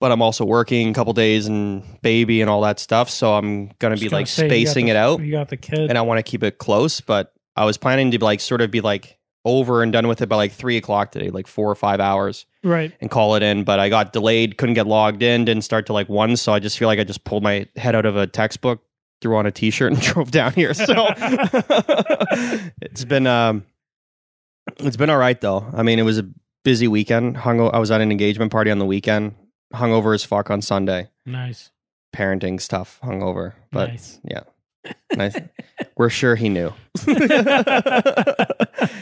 [SPEAKER 2] but I'm also working a couple days and baby and all that stuff. So I'm gonna
[SPEAKER 1] Just
[SPEAKER 2] be
[SPEAKER 1] gonna
[SPEAKER 2] like
[SPEAKER 1] say you got
[SPEAKER 2] spacing
[SPEAKER 1] the-
[SPEAKER 2] it out,
[SPEAKER 1] You got the kid.
[SPEAKER 2] (laughs) and I want to keep it close. But I was planning to like sort of be like over and done with it by like three o'clock today, like four or five hours,
[SPEAKER 1] right.
[SPEAKER 2] and call it in. But I got delayed, couldn't get logged in, didn't start till like one. So I just feel like I just pulled my head out of a textbook, threw on a t-shirt, (laughs) and drove down here. So (laughs) it's been um, it's been all right though. I mean, it was a busy weekend. Hung, I was at an engagement party on the weekend. Hungover as fuck on Sunday
[SPEAKER 1] Nice.
[SPEAKER 2] parenting stuff hungover, but (laughs)
[SPEAKER 1] nice. (laughs)
[SPEAKER 2] nice. we're sure he knew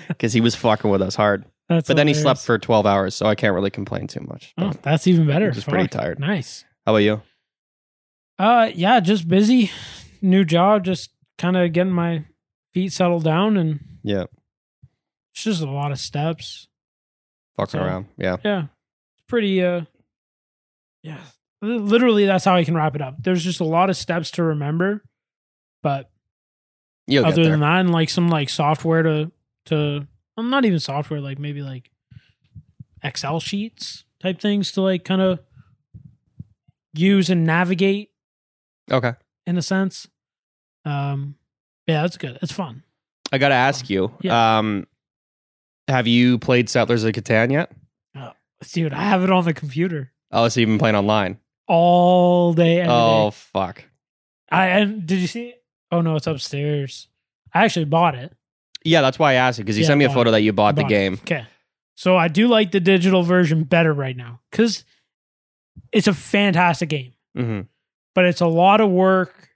[SPEAKER 2] because he was fucking with us hard.
[SPEAKER 1] That's
[SPEAKER 2] but then he
[SPEAKER 1] hilarious.
[SPEAKER 2] slept for 12 hours, so I can't really complain too much.
[SPEAKER 1] Oh,
[SPEAKER 2] But
[SPEAKER 1] that's even better.
[SPEAKER 2] he was pretty
[SPEAKER 1] Fuck.
[SPEAKER 2] tired.
[SPEAKER 1] Nice.
[SPEAKER 2] How about you?
[SPEAKER 1] Uh, yeah, just busy, new job, just kind of getting my feet settled down, and
[SPEAKER 2] Yeah,
[SPEAKER 1] it's just a lot of steps.
[SPEAKER 2] fucking
[SPEAKER 1] So-
[SPEAKER 2] around. Yeah,
[SPEAKER 1] Yeah, it's pretty. Uh, yeah, Li- literally, that's how I can wrap it up. There's just a lot of steps to remember, but
[SPEAKER 2] you'll
[SPEAKER 1] other
[SPEAKER 2] get there.
[SPEAKER 1] than that, and like some like software to to, well, not even software, like maybe like Excel sheets type things to like kind of use and navigate
[SPEAKER 2] okay,
[SPEAKER 1] in a sense. Um, yeah, that's good. It's fun.
[SPEAKER 2] I gotta ask you. Um, have you played Settlers of Catan yet?
[SPEAKER 1] Dude, I have it on the computer
[SPEAKER 2] Oh, so you've been playing online.
[SPEAKER 1] all day. every
[SPEAKER 2] oh
[SPEAKER 1] day.
[SPEAKER 2] fuck.
[SPEAKER 1] I and did you see? It? Oh no, it's upstairs. I actually bought it.
[SPEAKER 2] Yeah, that's why I asked you because you
[SPEAKER 1] Yeah,
[SPEAKER 2] sent me a
[SPEAKER 1] bought
[SPEAKER 2] photo
[SPEAKER 1] it.
[SPEAKER 2] that you bought, the
[SPEAKER 1] Bought it.
[SPEAKER 2] game.
[SPEAKER 1] Okay, so I do like the digital version better right now because it's a fantastic game,
[SPEAKER 2] hmm
[SPEAKER 1] but it's a lot of work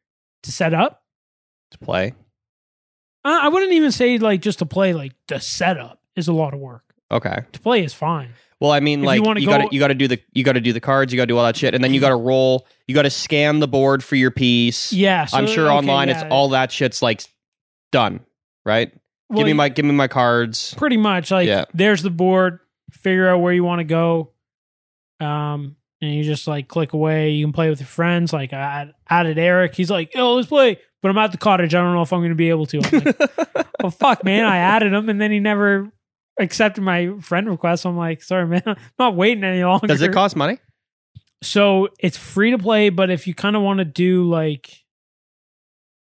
[SPEAKER 1] to set up.
[SPEAKER 2] To play.
[SPEAKER 1] I I wouldn't even say like just to play. Like the setup is a lot of work.
[SPEAKER 2] Okay.
[SPEAKER 1] To play is fine.
[SPEAKER 2] Well, I mean,
[SPEAKER 1] If you
[SPEAKER 2] like you,
[SPEAKER 1] wanna
[SPEAKER 2] gotta
[SPEAKER 1] go-
[SPEAKER 2] you gotta do the you gotta do the cards, you gotta do all that shit, and then you gotta roll, you gotta scan the board for your piece.
[SPEAKER 1] Yeah, so-
[SPEAKER 2] I'm sure
[SPEAKER 1] okay,
[SPEAKER 2] online
[SPEAKER 1] yeah.
[SPEAKER 2] it's all that shit's like done, right?
[SPEAKER 1] Well,
[SPEAKER 2] give me my give me
[SPEAKER 1] (laughs)
[SPEAKER 2] my cards.
[SPEAKER 1] pretty much like
[SPEAKER 2] Yeah.
[SPEAKER 1] there's the board figure out where you want to go um and you just like click away you can play with your friends like i I added eric he's like yo let's play but i'm at the cottage i don't know if i'm gonna be able to I'm like, (laughs) well fuck man i added him and then he never accepted my friend request i'm like sorry man (laughs) i'm not waiting any longer
[SPEAKER 2] Does it cost money?
[SPEAKER 1] so it's free to play but if you kind of want to do like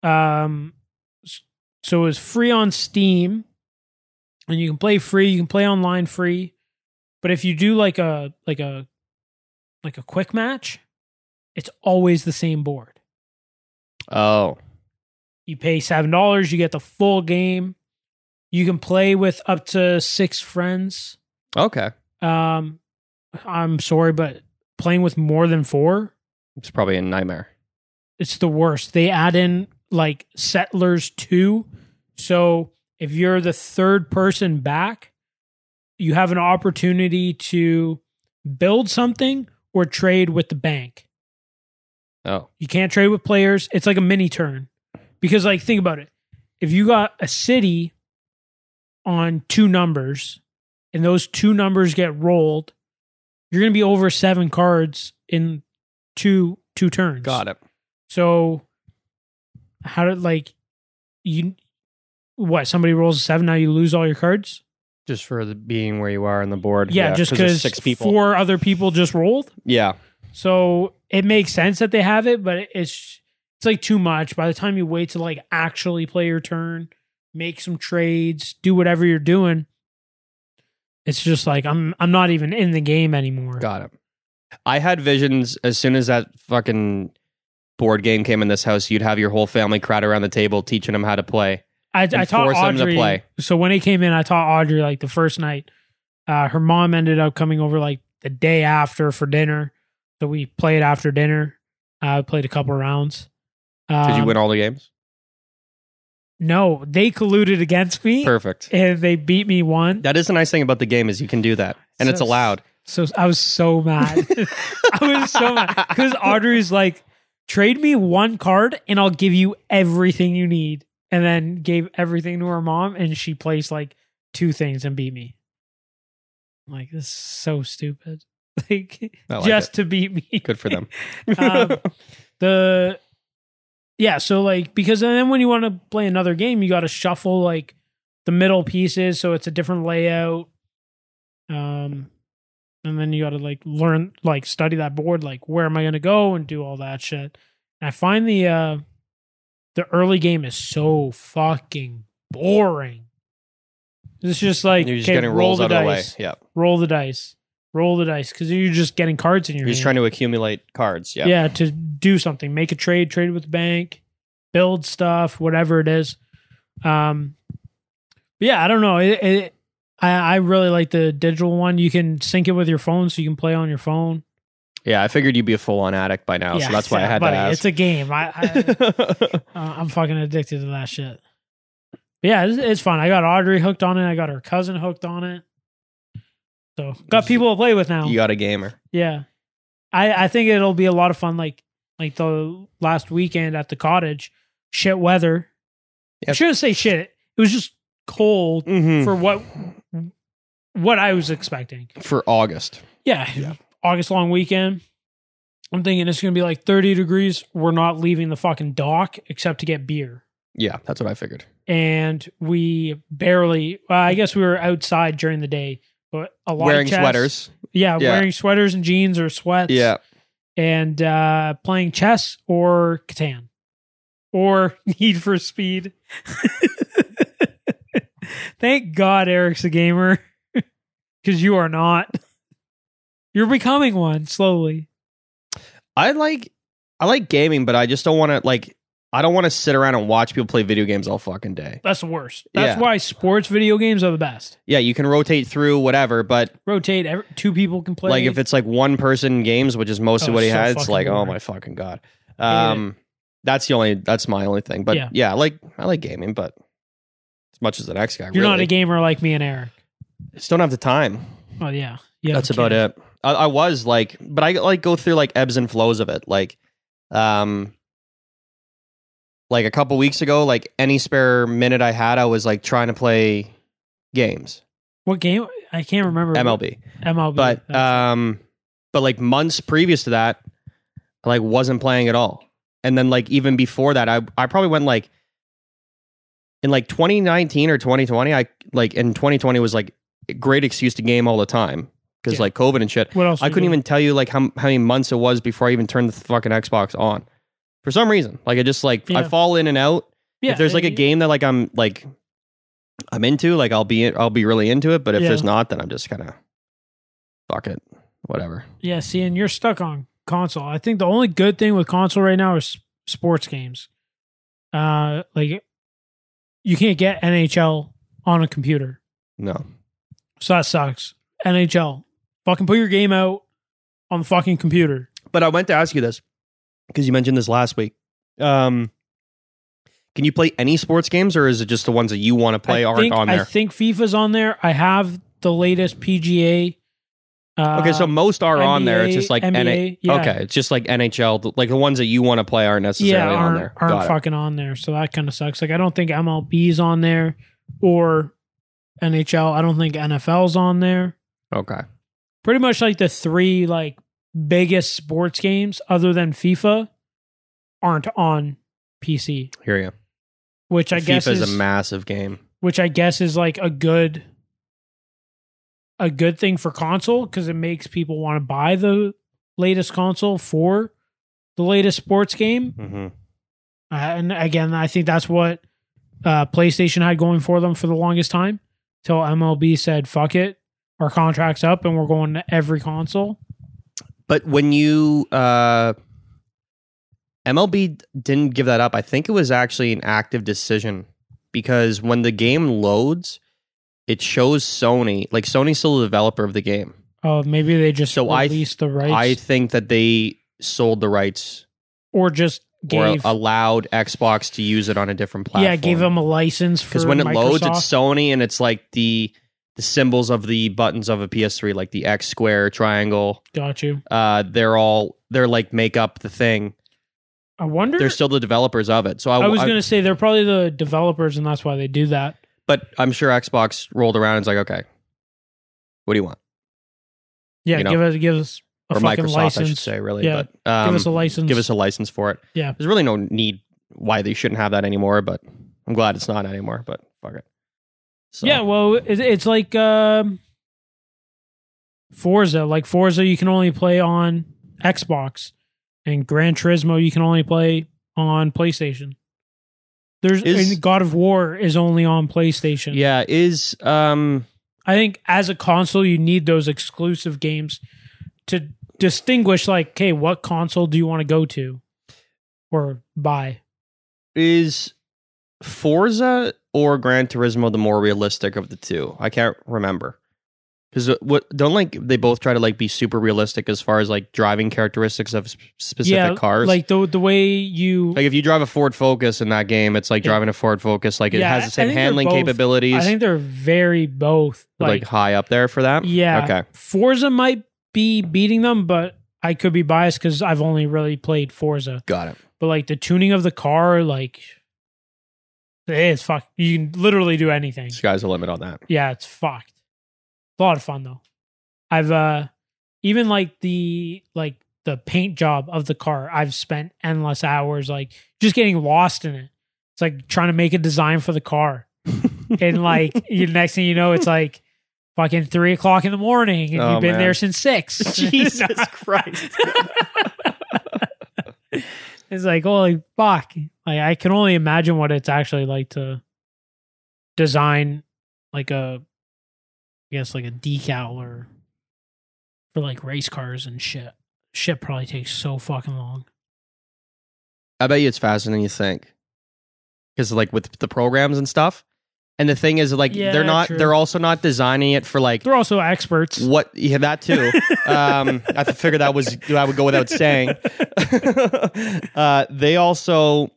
[SPEAKER 1] um s- so it's free on steam and you can play free you can play online free but if you do like a like a like a quick match it's always the same board
[SPEAKER 2] Oh,
[SPEAKER 1] You pay seven dollars, you get the full game. You can play with up to six friends.
[SPEAKER 2] okay.
[SPEAKER 1] Um, I'm sorry, but playing with more than four,
[SPEAKER 2] It's probably a nightmare.
[SPEAKER 1] it's the worst. They add in like settlers too. So if you're the third person back, you have an opportunity to build something or trade with the bank.
[SPEAKER 2] Oh,
[SPEAKER 1] You can't trade with players. It's like a mini turn. Because like think about it. If you got a city on two numbers and those two numbers get rolled, you're going to be over 7 cards in two two turns.
[SPEAKER 2] got it.
[SPEAKER 1] So how did like you what somebody rolls a 7 now you lose all your cards?
[SPEAKER 2] Just for the being where you are on the board.
[SPEAKER 1] Yeah, just
[SPEAKER 2] there's
[SPEAKER 1] cuz
[SPEAKER 2] six people.
[SPEAKER 1] four other people just rolled.
[SPEAKER 2] Yeah,
[SPEAKER 1] So it makes sense that they have it, but it's it's like too much. By the time you wait to like actually play your turn, make some trades, do whatever you're doing, it's just like I'm I'm not even in the game anymore.
[SPEAKER 2] got it. I had visions as soon as that fucking board game came in this house. You'd have your whole family crowd around the table teaching them how to play.
[SPEAKER 1] I, I taught
[SPEAKER 2] force them to
[SPEAKER 1] Audrey.
[SPEAKER 2] play.
[SPEAKER 1] So when it came in, I taught Audrey like the first night. Uh, her mom ended up coming over like the day after for dinner, so we played after dinner. I played a couple rounds. Um,
[SPEAKER 2] Did you win all the games?
[SPEAKER 1] No, they colluded against me.
[SPEAKER 2] Perfect.
[SPEAKER 1] and they beat me one.
[SPEAKER 2] That is the nice thing about the game is you can do that, and
[SPEAKER 1] So-
[SPEAKER 2] it's allowed.
[SPEAKER 1] So I was so mad. (laughs) I was so mad because Audrey's like, trade me one card and I'll give you everything you need. And then gave everything to her mom, and she placed like two things and beat me. I'm like this is so stupid. (laughs) Like
[SPEAKER 2] I like
[SPEAKER 1] just to beat me.
[SPEAKER 2] it. good for them.
[SPEAKER 1] (laughs) Um, the yeah so like because then when you want to play another game you got to shuffle like the middle pieces so it's a different layout um and then you got to like learn like study that board like where am i going to go and do all that shit and i find the uh the early game is so fucking boring it's just like
[SPEAKER 2] (laughs) You're just
[SPEAKER 1] okay,
[SPEAKER 2] getting
[SPEAKER 1] roll
[SPEAKER 2] rolls
[SPEAKER 1] the
[SPEAKER 2] out of the way.
[SPEAKER 1] dice,
[SPEAKER 2] Yeah,
[SPEAKER 1] roll the dice roll the dice because you're just getting cards in your
[SPEAKER 2] you're just
[SPEAKER 1] hand
[SPEAKER 2] trying to accumulate cards. Yeah,
[SPEAKER 1] yeah to do something make a trade trade with the bank build stuff whatever it is um but yeah i don't know it, it I, I really like the digital one you can sync it with your phone so you can play on your phone
[SPEAKER 2] Yeah, I figured you'd be a full on addict by now, Oh, so that's why I had
[SPEAKER 1] buddy,
[SPEAKER 2] to ask.
[SPEAKER 1] it's a game i,
[SPEAKER 2] (laughs)
[SPEAKER 1] I uh, i'm fucking addicted to that shit But yeah it's, it's fun i got audrey hooked on it i got her cousin hooked on it so got people to play with now
[SPEAKER 2] you got a gamer.
[SPEAKER 1] Yeah. I I think it'll be a lot of fun like like the last weekend at the cottage. Shit weather. I
[SPEAKER 2] Yep.
[SPEAKER 1] shouldn't say shit. It was just cold
[SPEAKER 2] Mm-hmm.
[SPEAKER 1] for what what I was expecting.
[SPEAKER 2] for August.
[SPEAKER 1] Yeah.
[SPEAKER 2] Yeah.
[SPEAKER 1] August long weekend. I'm thinking it's gonna be like 30 degrees. We're not leaving the fucking dock except to get beer.
[SPEAKER 2] Yeah, that's what I figured.
[SPEAKER 1] And we barely well, I guess we were outside during the day, but a lot
[SPEAKER 2] Wearing
[SPEAKER 1] of chess-
[SPEAKER 2] sweaters.
[SPEAKER 1] Yeah,
[SPEAKER 2] Yeah.
[SPEAKER 1] wearing sweaters and jeans or sweats.
[SPEAKER 2] yeah,
[SPEAKER 1] and uh, playing chess or Catan or (laughs) Need for Speed. (laughs) Thank God Eric's a gamer (laughs) because you are not. You're becoming one slowly.
[SPEAKER 2] I like I like gaming, but I just don't want to like I don't want to sit around and watch people play video games all fucking day.
[SPEAKER 1] That's the worst. That's
[SPEAKER 2] Yeah.
[SPEAKER 1] why sports video games are the best.
[SPEAKER 2] Yeah, you can rotate through whatever, but
[SPEAKER 1] Rotate. Every, two people can play.
[SPEAKER 2] like if it's like one person games, which is most
[SPEAKER 1] Oh,
[SPEAKER 2] of what he
[SPEAKER 1] so
[SPEAKER 2] had, it's
[SPEAKER 1] fucking
[SPEAKER 2] like oh
[SPEAKER 1] boring.
[SPEAKER 2] my fucking god. Um, that's the only that's my only thing. But
[SPEAKER 1] Yeah.
[SPEAKER 2] yeah, I like I like gaming, but as much as the next guy,
[SPEAKER 1] you're not
[SPEAKER 2] really.
[SPEAKER 1] a gamer like me and Eric.
[SPEAKER 2] Just don't have the time.
[SPEAKER 1] Oh yeah, yeah.
[SPEAKER 2] that's about it I, I was like but i like go through like ebbs and flows of it like um like a couple weeks ago like any spare minute i had i was like trying to play games
[SPEAKER 1] What game? I can't remember.
[SPEAKER 2] mlb
[SPEAKER 1] MLB.
[SPEAKER 2] but
[SPEAKER 1] That's-
[SPEAKER 2] um but like months previous to that i like wasn't playing at all and then like even before that i i probably went like in like 2019 or 2020 i like in 2020 was like a great excuse to game all the time because
[SPEAKER 1] Yeah.
[SPEAKER 2] like covid and shit
[SPEAKER 1] what else?
[SPEAKER 2] I
[SPEAKER 1] you
[SPEAKER 2] couldn't
[SPEAKER 1] doing?
[SPEAKER 2] even tell you like how, how many months it was before I even turned the fucking Xbox on. For some reason, like I just like
[SPEAKER 1] Yeah.
[SPEAKER 2] I fall in and out.
[SPEAKER 1] Yeah,
[SPEAKER 2] if there's like a
[SPEAKER 1] it-
[SPEAKER 2] game that like I'm like I'm into, like I'll be I'll be really into it. But if
[SPEAKER 1] Yeah.
[SPEAKER 2] there's not, then I'm just kind of fuck it, whatever.
[SPEAKER 1] Yeah, see, and you're stuck on console. I think the only good thing with console right now is sports games. Uh, like you can't get NHL on a computer.
[SPEAKER 2] No.
[SPEAKER 1] So that sucks. NHL, fucking put your game out on the fucking computer.
[SPEAKER 2] But I went to ask you this because you mentioned this last week. Um, can you play any sports games, or is it just the ones that you want to play
[SPEAKER 1] I
[SPEAKER 2] aren't
[SPEAKER 1] think,
[SPEAKER 2] on
[SPEAKER 1] I
[SPEAKER 2] there?
[SPEAKER 1] think FIFA's on there. I have the latest PGA. Uh,
[SPEAKER 2] okay, so most are on there. It's
[SPEAKER 1] NBA,
[SPEAKER 2] just like NA-
[SPEAKER 1] NBA, yeah.
[SPEAKER 2] okay, it's just like NHL. th- Like the ones that you want to play aren't
[SPEAKER 1] yeah,
[SPEAKER 2] necessarily on
[SPEAKER 1] aren't,
[SPEAKER 2] there.
[SPEAKER 1] aren't
[SPEAKER 2] Got it.
[SPEAKER 1] fucking on there. So that kind of sucks. Like I don't think MLB's on there or NHL. I don't think NFL's on there.
[SPEAKER 2] Okay,
[SPEAKER 1] Pretty much like the three like biggest sports games other than FIFA aren't on PC,
[SPEAKER 2] hear you.
[SPEAKER 1] which I
[SPEAKER 2] FIFA
[SPEAKER 1] guess
[SPEAKER 2] is
[SPEAKER 1] is
[SPEAKER 2] a massive game.
[SPEAKER 1] which I guess is like a good a good thing for console because it makes people want to buy the latest console for the latest sports game.
[SPEAKER 2] hmm
[SPEAKER 1] Uh, and again, I think that's what uh, PlayStation had going for them for the longest time till MLB said, "Fuck it, our contract's up and we're going to every console."
[SPEAKER 2] But when you uh, MLB d- didn't give that up, I think it was actually an active decision because when the game loads, it shows Sony. Like Sony's still the developer of the game.
[SPEAKER 1] Uh, maybe they just
[SPEAKER 2] So I th-
[SPEAKER 1] released the rights,
[SPEAKER 2] I think that they sold the rights
[SPEAKER 1] or just gave
[SPEAKER 2] or allowed Xbox to use it on a different platform.
[SPEAKER 1] yeah, gave them a license for
[SPEAKER 2] because when it loads,
[SPEAKER 1] Microsoft.
[SPEAKER 2] it's Sony and it's like the the symbols of the buttons of a PS3, like the X square, triangle.
[SPEAKER 1] got you.
[SPEAKER 2] Uh, they're all they're like make up the thing.
[SPEAKER 1] I wonder.
[SPEAKER 2] They're still the developers of it. So I,
[SPEAKER 1] I was
[SPEAKER 2] I-
[SPEAKER 1] gonna say they're probably the developers, and that's why they do that.
[SPEAKER 2] but I'm sure Xbox rolled around and was like, okay, what do you want?
[SPEAKER 1] Yeah,
[SPEAKER 2] You know,
[SPEAKER 1] give us give us a
[SPEAKER 2] or
[SPEAKER 1] fucking
[SPEAKER 2] Microsoft, I
[SPEAKER 1] license.
[SPEAKER 2] should say, really.
[SPEAKER 1] Yeah.
[SPEAKER 2] But um,
[SPEAKER 1] give us a license.
[SPEAKER 2] give us a license for it.
[SPEAKER 1] Yeah.
[SPEAKER 2] There's really no need why they shouldn't have that anymore, but I'm glad it's not anymore, but fuck it. So,
[SPEAKER 1] Yeah, well, it, it's like um, Forza. Like Forza, you can only play on Xbox, and Gran Turismo, you can only play on PlayStation. There's
[SPEAKER 2] Is-
[SPEAKER 1] and God of War is only on PlayStation.
[SPEAKER 2] yeah, is um
[SPEAKER 1] I think as a console, you need those exclusive games to distinguish. Like, okay, what console do you want to go to or buy?
[SPEAKER 2] is Forza or Gran Turismo the more realistic of the two? I can't remember. Cuz what don't like they both try to like be super realistic as far as like driving characteristics of sp- specific
[SPEAKER 1] yeah,
[SPEAKER 2] cars.
[SPEAKER 1] like the the way you.
[SPEAKER 2] Like if you drive a Ford Focus in that game, it's like
[SPEAKER 1] Yeah.
[SPEAKER 2] driving a Ford Focus. Like it
[SPEAKER 1] Yeah,
[SPEAKER 2] has the
[SPEAKER 1] I
[SPEAKER 2] same
[SPEAKER 1] think they're
[SPEAKER 2] handling
[SPEAKER 1] both-
[SPEAKER 2] capabilities.
[SPEAKER 1] I think they're very both
[SPEAKER 2] like, high up there for that.
[SPEAKER 1] Yeah.
[SPEAKER 2] Okay.
[SPEAKER 1] Forza might be beating them, but I could be biased because I've only really played Forza.
[SPEAKER 2] Got it.
[SPEAKER 1] But like the tuning of the car, like eh, it's fuck. You can literally do anything.
[SPEAKER 2] Sky's the limit on that.
[SPEAKER 1] Yeah, it's fucked. It's a lot of fun though. I've uh even like the like the paint job of the car, I've spent endless hours like just getting lost in it. It's like trying to make a design for the
[SPEAKER 2] (laughs)
[SPEAKER 1] car. and like you next thing you know, it's like fucking three o'clock in the morning and
[SPEAKER 2] Oh,
[SPEAKER 1] you've been
[SPEAKER 2] man.
[SPEAKER 1] there since six. (laughs)
[SPEAKER 2] (laughs) (laughs) Jesus Christ.
[SPEAKER 1] it's like, holy fuck. Like I can only imagine what it's actually like to design like a I guess like a decal or for like race cars and shit. Shit probably takes so fucking long.
[SPEAKER 2] I bet you it's faster than you think. Because like with the programs and stuff. And the thing is like
[SPEAKER 1] Yeah,
[SPEAKER 2] they're not
[SPEAKER 1] true.
[SPEAKER 2] they're also not designing it for like
[SPEAKER 1] They're also experts.
[SPEAKER 2] what yeah, that too.
[SPEAKER 1] (laughs)
[SPEAKER 2] um I figured that was that would go without saying. uh they also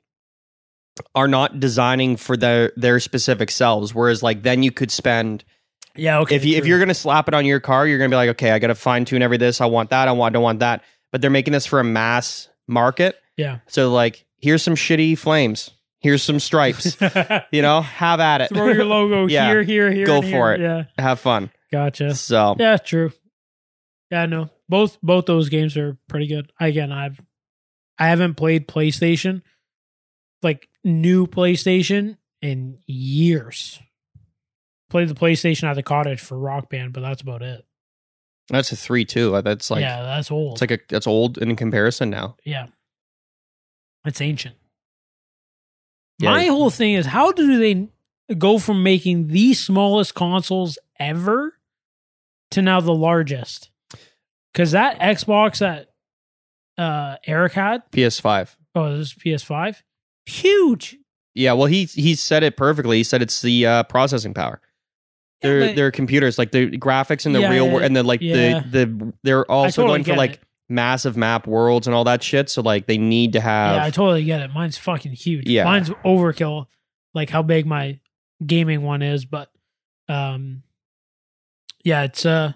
[SPEAKER 2] are not designing for their their specific selves. Whereas like then you could spend
[SPEAKER 1] (laughs) Yeah, okay.
[SPEAKER 2] if you if
[SPEAKER 1] true.
[SPEAKER 2] you're gonna slap it on your car, you're gonna be like, okay, I gotta fine tune every this. I want that. I want. Don't want that. But they're making this for a mass market.
[SPEAKER 1] Yeah.
[SPEAKER 2] So like, here's some shitty flames. Here's
[SPEAKER 1] (laughs)
[SPEAKER 2] some stripes. you know, have at it.
[SPEAKER 1] throw
[SPEAKER 2] (laughs)
[SPEAKER 1] your logo
[SPEAKER 2] Yeah.
[SPEAKER 1] here, here, here.
[SPEAKER 2] Go
[SPEAKER 1] and here.
[SPEAKER 2] for it.
[SPEAKER 1] Yeah.
[SPEAKER 2] have fun.
[SPEAKER 1] Gotcha.
[SPEAKER 2] So
[SPEAKER 1] Yeah, true. Yeah, no. Both both those games are pretty good. Again, I've I haven't played PlayStation like new PlayStation in years. Played the PlayStation at the cottage for Rock Band, but that's about it.
[SPEAKER 2] that's a three two. That's like
[SPEAKER 1] yeah, that's old.
[SPEAKER 2] it's like a that's old in comparison now.
[SPEAKER 1] yeah. It's ancient.
[SPEAKER 2] Yeah.
[SPEAKER 1] My whole thing is how do they go from making the smallest consoles ever to now the largest? Because that Xbox that uh, Eric had,
[SPEAKER 2] PS five.
[SPEAKER 1] Oh, this is PS5? Huge.
[SPEAKER 2] Yeah, well, he he said it perfectly. He said it's the uh, processing power.
[SPEAKER 1] Yeah,
[SPEAKER 2] Their
[SPEAKER 1] but
[SPEAKER 2] their computers, like the graphics and the
[SPEAKER 1] Yeah,
[SPEAKER 2] real
[SPEAKER 1] yeah,
[SPEAKER 2] world, and the like
[SPEAKER 1] yeah.
[SPEAKER 2] the the they're
[SPEAKER 1] I
[SPEAKER 2] also
[SPEAKER 1] totally
[SPEAKER 2] going for
[SPEAKER 1] get
[SPEAKER 2] like
[SPEAKER 1] it.
[SPEAKER 2] massive map worlds and all that shit. So like they need to have
[SPEAKER 1] yeah, I totally get it. Mine's fucking huge.
[SPEAKER 2] Yeah.
[SPEAKER 1] Mine's overkill, like how big my gaming one is, but um yeah, it's uh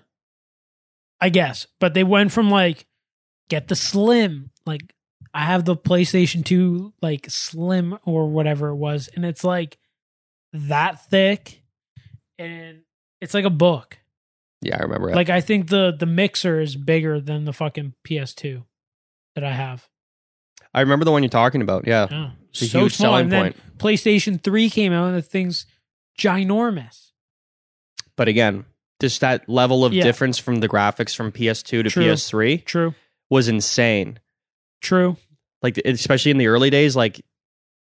[SPEAKER 1] I guess. But they went from like get the slim, like I have the PlayStation 2 like slim or whatever it was, and it's like that thick and it's like a book.
[SPEAKER 2] yeah, I remember. Like
[SPEAKER 1] Like I think the the mixer is bigger than the fucking PS2 that I have.
[SPEAKER 2] I remember the one you're talking about. Yeah,
[SPEAKER 1] Yeah.
[SPEAKER 2] it's a
[SPEAKER 1] So
[SPEAKER 2] huge
[SPEAKER 1] small.
[SPEAKER 2] selling
[SPEAKER 1] And then
[SPEAKER 2] point.
[SPEAKER 1] PlayStation 3 came out and the thing's ginormous.
[SPEAKER 2] But again, just that level of
[SPEAKER 1] Yeah.
[SPEAKER 2] difference from the graphics from PS2 to
[SPEAKER 1] True.
[SPEAKER 2] PS3
[SPEAKER 1] True.
[SPEAKER 2] was insane.
[SPEAKER 1] True.
[SPEAKER 2] Like especially in the early days, like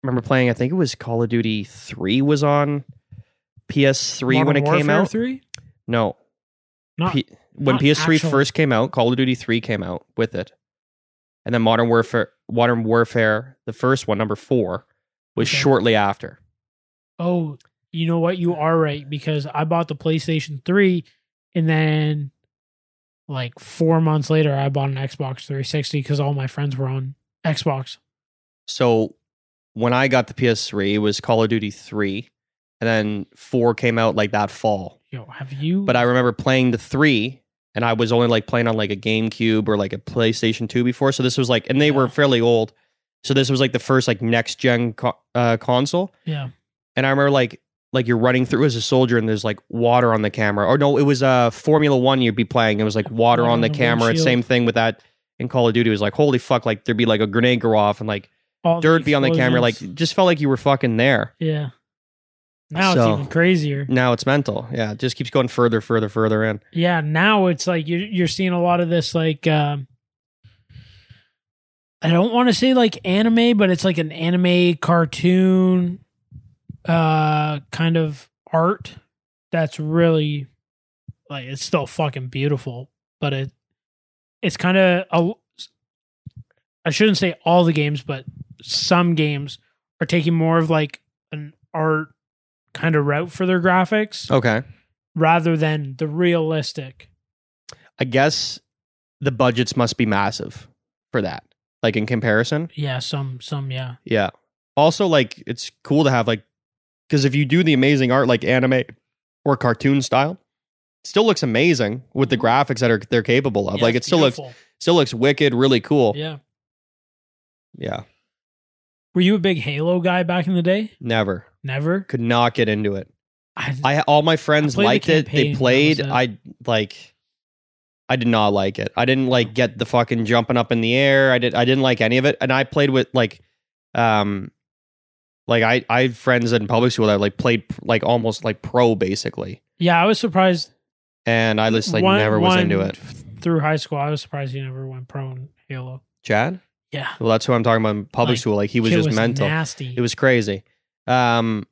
[SPEAKER 2] remember playing. I think it was Call of Duty Three was on PS3 when it came out.
[SPEAKER 1] 3?
[SPEAKER 2] No,
[SPEAKER 1] Not
[SPEAKER 2] P- when
[SPEAKER 1] not
[SPEAKER 2] PS3
[SPEAKER 1] actual-
[SPEAKER 2] first came out, Call of Duty 3 came out with it. And then Modern Warfare Modern Warfare, the first one, number 4, was
[SPEAKER 1] Okay.
[SPEAKER 2] shortly after.
[SPEAKER 1] Oh, you know what? You are right because I bought the PlayStation 3 and then like 4 months later I bought an Xbox 360 cuz all my friends were on Xbox.
[SPEAKER 2] So when I got the PS3, it was Call of Duty 3, and then 4 came out like that fall.
[SPEAKER 1] Yo, have you
[SPEAKER 2] But I remember playing the 3 and I was only like playing on like a GameCube or like a PlayStation 2 before, so this was like and they were
[SPEAKER 1] Yeah.
[SPEAKER 2] fairly old. So this was like the first like next gen co- uh, console.
[SPEAKER 1] Yeah.
[SPEAKER 2] and I remember like like you're running through as a soldier and there's like water on the camera. Or no, it was uh Formula One you'd be playing. It was like
[SPEAKER 1] Water
[SPEAKER 2] water on
[SPEAKER 1] on
[SPEAKER 2] the
[SPEAKER 1] the
[SPEAKER 2] camera. It's
[SPEAKER 1] windshield.
[SPEAKER 2] same thing with that in Call of Duty. It was like holy fuck, like there'd be like a grenade go off and like
[SPEAKER 1] All the
[SPEAKER 2] dirt be on the camera. Like
[SPEAKER 1] explosions.
[SPEAKER 2] just felt like you were fucking there.
[SPEAKER 1] Yeah. Now
[SPEAKER 2] So-
[SPEAKER 1] it's even crazier.
[SPEAKER 2] Now it's mental. Yeah. It just keeps going further, further, further in.
[SPEAKER 1] yeah now it's like you're, you're seeing a lot of this like um i don't want to say like anime but it's like an anime cartoon uh kind of art that's really like it's still fucking beautiful but it it's kind of i shouldn't say all the games but some games are taking more of like an art kind of route for their graphics
[SPEAKER 2] Okay.
[SPEAKER 1] rather than the realistic.
[SPEAKER 2] I guess the budgets must be massive for that. Like in comparison.
[SPEAKER 1] Yeah, some some yeah.
[SPEAKER 2] Yeah. Also, like, it's cool to have like, because if you do the amazing art like anime or cartoon style, it still looks amazing with the graphics that are they're capable of.
[SPEAKER 1] Mm-hmm. Yeah,
[SPEAKER 2] like, it
[SPEAKER 1] it's
[SPEAKER 2] still
[SPEAKER 1] beautiful.
[SPEAKER 2] looks still looks wicked, really cool. Yeah.
[SPEAKER 1] Yeah. Were you a big Halo guy back in the day?
[SPEAKER 2] never
[SPEAKER 1] Never.
[SPEAKER 2] could not get into it.
[SPEAKER 1] I,
[SPEAKER 2] I all my friends
[SPEAKER 1] played the
[SPEAKER 2] liked it.
[SPEAKER 1] campaign,
[SPEAKER 2] They
[SPEAKER 1] that
[SPEAKER 2] played.
[SPEAKER 1] was it.
[SPEAKER 2] I like. I did not like it. I didn't like get the fucking jumping up in the air. I did. I didn't like any of it. And I played with like, um, like I I had friends in public school that like played like almost like pro basically.
[SPEAKER 1] yeah, I was surprised.
[SPEAKER 2] and I just like never was into it.
[SPEAKER 1] f- Through high school, I was surprised you never went pro in Halo.
[SPEAKER 2] Chad,
[SPEAKER 1] Yeah,
[SPEAKER 2] well, that's who I'm talking about in public
[SPEAKER 1] Like,
[SPEAKER 2] school. Like he was
[SPEAKER 1] Kid
[SPEAKER 2] just mental.
[SPEAKER 1] Nasty.
[SPEAKER 2] It was crazy. Um,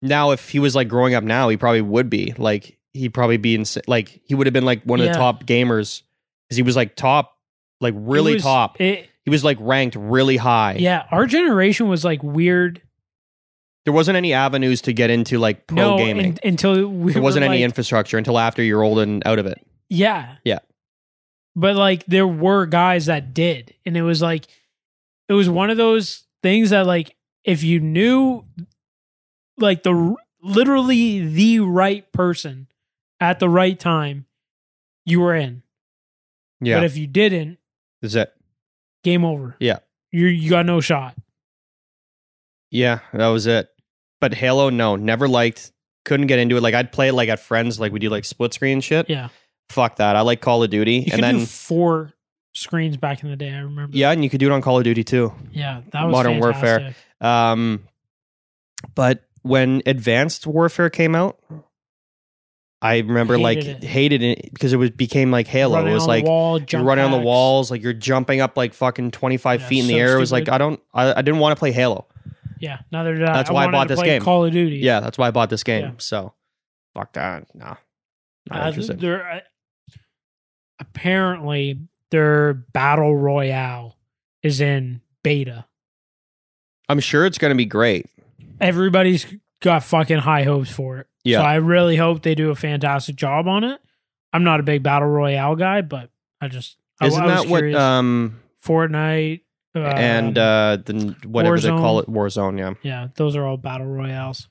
[SPEAKER 2] now if he was like growing up now, he probably would be like he'd probably be in like he would have been like one of
[SPEAKER 1] Yeah.
[SPEAKER 2] the top gamers because he was like top, like really
[SPEAKER 1] It was-
[SPEAKER 2] top.
[SPEAKER 1] It,
[SPEAKER 2] he was like ranked really high.
[SPEAKER 1] yeah, our generation was like weird.
[SPEAKER 2] there wasn't any avenues to get into like pro
[SPEAKER 1] no,
[SPEAKER 2] gaming.
[SPEAKER 1] in- until (laughs) we
[SPEAKER 2] there wasn't
[SPEAKER 1] were,
[SPEAKER 2] any
[SPEAKER 1] like,
[SPEAKER 2] infrastructure until after you're old and out of it.
[SPEAKER 1] Yeah.
[SPEAKER 2] Yeah.
[SPEAKER 1] But like there were guys that did. And it was like it was one of those things that like if you knew like the r- literally the right person at the right time, you were in.
[SPEAKER 2] Yeah,
[SPEAKER 1] But if you didn't,
[SPEAKER 2] is it?
[SPEAKER 1] game over.
[SPEAKER 2] Yeah.
[SPEAKER 1] You you got no shot.
[SPEAKER 2] Yeah, that was it. But Halo, no, never liked. Couldn't get into it. Like I'd play it like at friends, like we do like split screen shit.
[SPEAKER 1] Yeah.
[SPEAKER 2] Fuck that. I like Call of Duty,
[SPEAKER 1] You could
[SPEAKER 2] and then
[SPEAKER 1] do four screens back in the day, I remember.
[SPEAKER 2] yeah, and you could do it on Call of Duty too.
[SPEAKER 1] Yeah, that was
[SPEAKER 2] Modern Warfare.
[SPEAKER 1] fantastic.
[SPEAKER 2] Um, but when Advanced Warfare came out, I remember
[SPEAKER 1] Hated
[SPEAKER 2] like
[SPEAKER 1] it.
[SPEAKER 2] hated it because it was became like Halo.
[SPEAKER 1] Running
[SPEAKER 2] it was
[SPEAKER 1] on
[SPEAKER 2] like
[SPEAKER 1] the wall,
[SPEAKER 2] you're
[SPEAKER 1] jump
[SPEAKER 2] running on the
[SPEAKER 1] packs.
[SPEAKER 2] walls, like you're jumping up like fucking twenty five
[SPEAKER 1] Yeah,
[SPEAKER 2] feet in the
[SPEAKER 1] so
[SPEAKER 2] air. It was like
[SPEAKER 1] stupid.
[SPEAKER 2] I don't, I, I didn't want to play Halo.
[SPEAKER 1] Yeah, neither did I.
[SPEAKER 2] That's why I
[SPEAKER 1] wanted
[SPEAKER 2] bought
[SPEAKER 1] to
[SPEAKER 2] this
[SPEAKER 1] play
[SPEAKER 2] game.
[SPEAKER 1] Call of Duty.
[SPEAKER 2] Yeah, that's why I bought this game.
[SPEAKER 1] Yeah.
[SPEAKER 2] So fuck that. Nah, not
[SPEAKER 1] Uh,
[SPEAKER 2] interested.
[SPEAKER 1] they're- uh, apparently, their battle royale is in beta
[SPEAKER 2] I'm sure it's going to be great.
[SPEAKER 1] Everybody's got fucking high hopes for it.
[SPEAKER 2] Yeah.
[SPEAKER 1] So I really hope they do a fantastic job on it. I'm not a big battle royale guy, but I just I-
[SPEAKER 2] Isn't
[SPEAKER 1] I, was
[SPEAKER 2] that what
[SPEAKER 1] curious.
[SPEAKER 2] um
[SPEAKER 1] Fortnite uh,
[SPEAKER 2] and uh the whatever they call it Warzone, yeah.
[SPEAKER 1] yeah, those are all battle royales.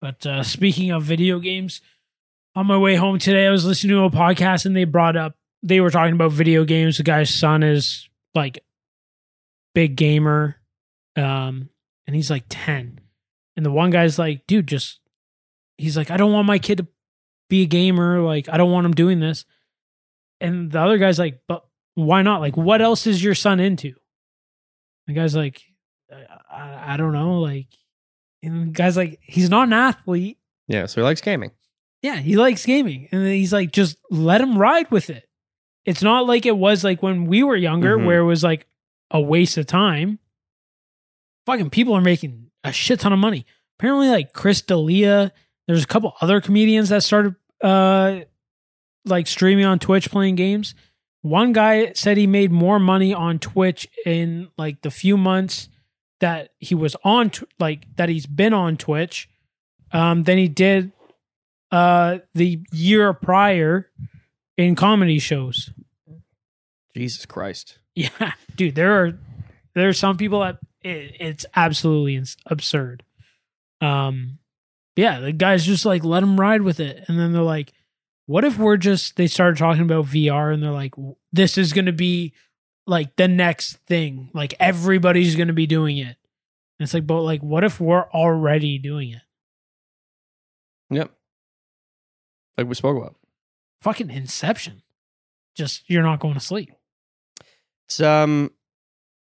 [SPEAKER 1] But uh, speaking of video games, on my way home today, I was listening to a podcast and they brought up they were talking about video games. The guy's son is like big gamer, um, and he's like ten, and the one guy's like, dude, just he's like, I don't want my kid to be a gamer. Like, I don't want him doing this. And the other guy's like, but why not? Like, what else is your son into? The guy's like, I- I, I don't know, like, and the guys like he's not an athlete.
[SPEAKER 2] Yeah, so he likes gaming.
[SPEAKER 1] Yeah, he likes gaming, and then he's like, just let him ride with it. It's not like it was like when we were younger,
[SPEAKER 2] Mhm.
[SPEAKER 1] where it was like a waste of time. Fucking people are making a shit ton of money. Apparently, like Chris D'Elia, there's a couple other comedians that started uh like streaming on Twitch playing games. One guy said he made more money on Twitch in like the few months that he was on tw- like that he's been on Twitch um than he did uh the year prior in comedy shows.
[SPEAKER 2] Jesus Christ.
[SPEAKER 1] Yeah, (laughs) dude, there are there are some people that it, it's absolutely ins- absurd. Um, yeah, the guys just like let them ride with it, and then they're like, "What if we're just?" They started talking about VR, and they're like, "This is going to be like the next thing. Like everybody's going to be doing it." And it's like, but like, what if we're already doing it?
[SPEAKER 2] Yep. Like we spoke about.
[SPEAKER 1] Fucking Inception. Just you're not going to sleep.
[SPEAKER 2] It's um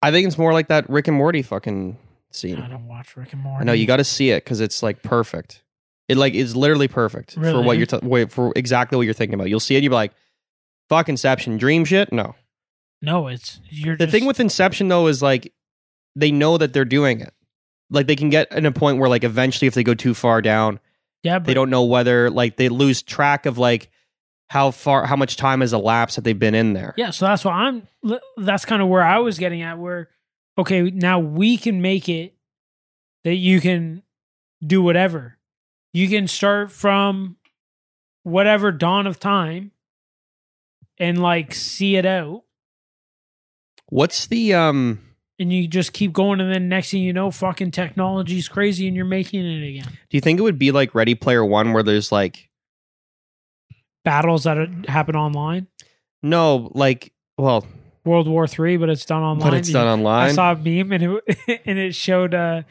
[SPEAKER 2] I think it's more like that Rick and Morty fucking scene.
[SPEAKER 1] I don't watch Rick and Morty.
[SPEAKER 2] I know you got to see it because it's like perfect. It like is literally perfect for what
[SPEAKER 1] Really?
[SPEAKER 2] you're t- wait, for exactly what you're thinking about. You'll see it. You'll be like, "Fuck Inception, dream shit." No,
[SPEAKER 1] No, it's you're
[SPEAKER 2] the
[SPEAKER 1] just,
[SPEAKER 2] thing with Inception though is like they know that they're doing it. Like they can get in a point where like eventually if they go too far down,
[SPEAKER 1] yeah, but
[SPEAKER 2] they don't know whether like they lose track of like how far how much time has elapsed that they've been in there.
[SPEAKER 1] Yeah, so that's what I'm. That's kind of where I was getting at. Where okay, now we can make it that you can do whatever. You can start from whatever dawn of time and like see it out,
[SPEAKER 2] What's the um
[SPEAKER 1] and you just keep going, and then next thing you know, fucking technology's crazy, and you're making it again.
[SPEAKER 2] do you think it would be like Ready Player 1 where there's like
[SPEAKER 1] Battles that are, happen online,
[SPEAKER 2] no, like well,
[SPEAKER 1] World War Three, but it's done online.
[SPEAKER 2] but it's
[SPEAKER 1] You
[SPEAKER 2] done online.
[SPEAKER 1] I saw a meme and it (laughs) and it showed uh,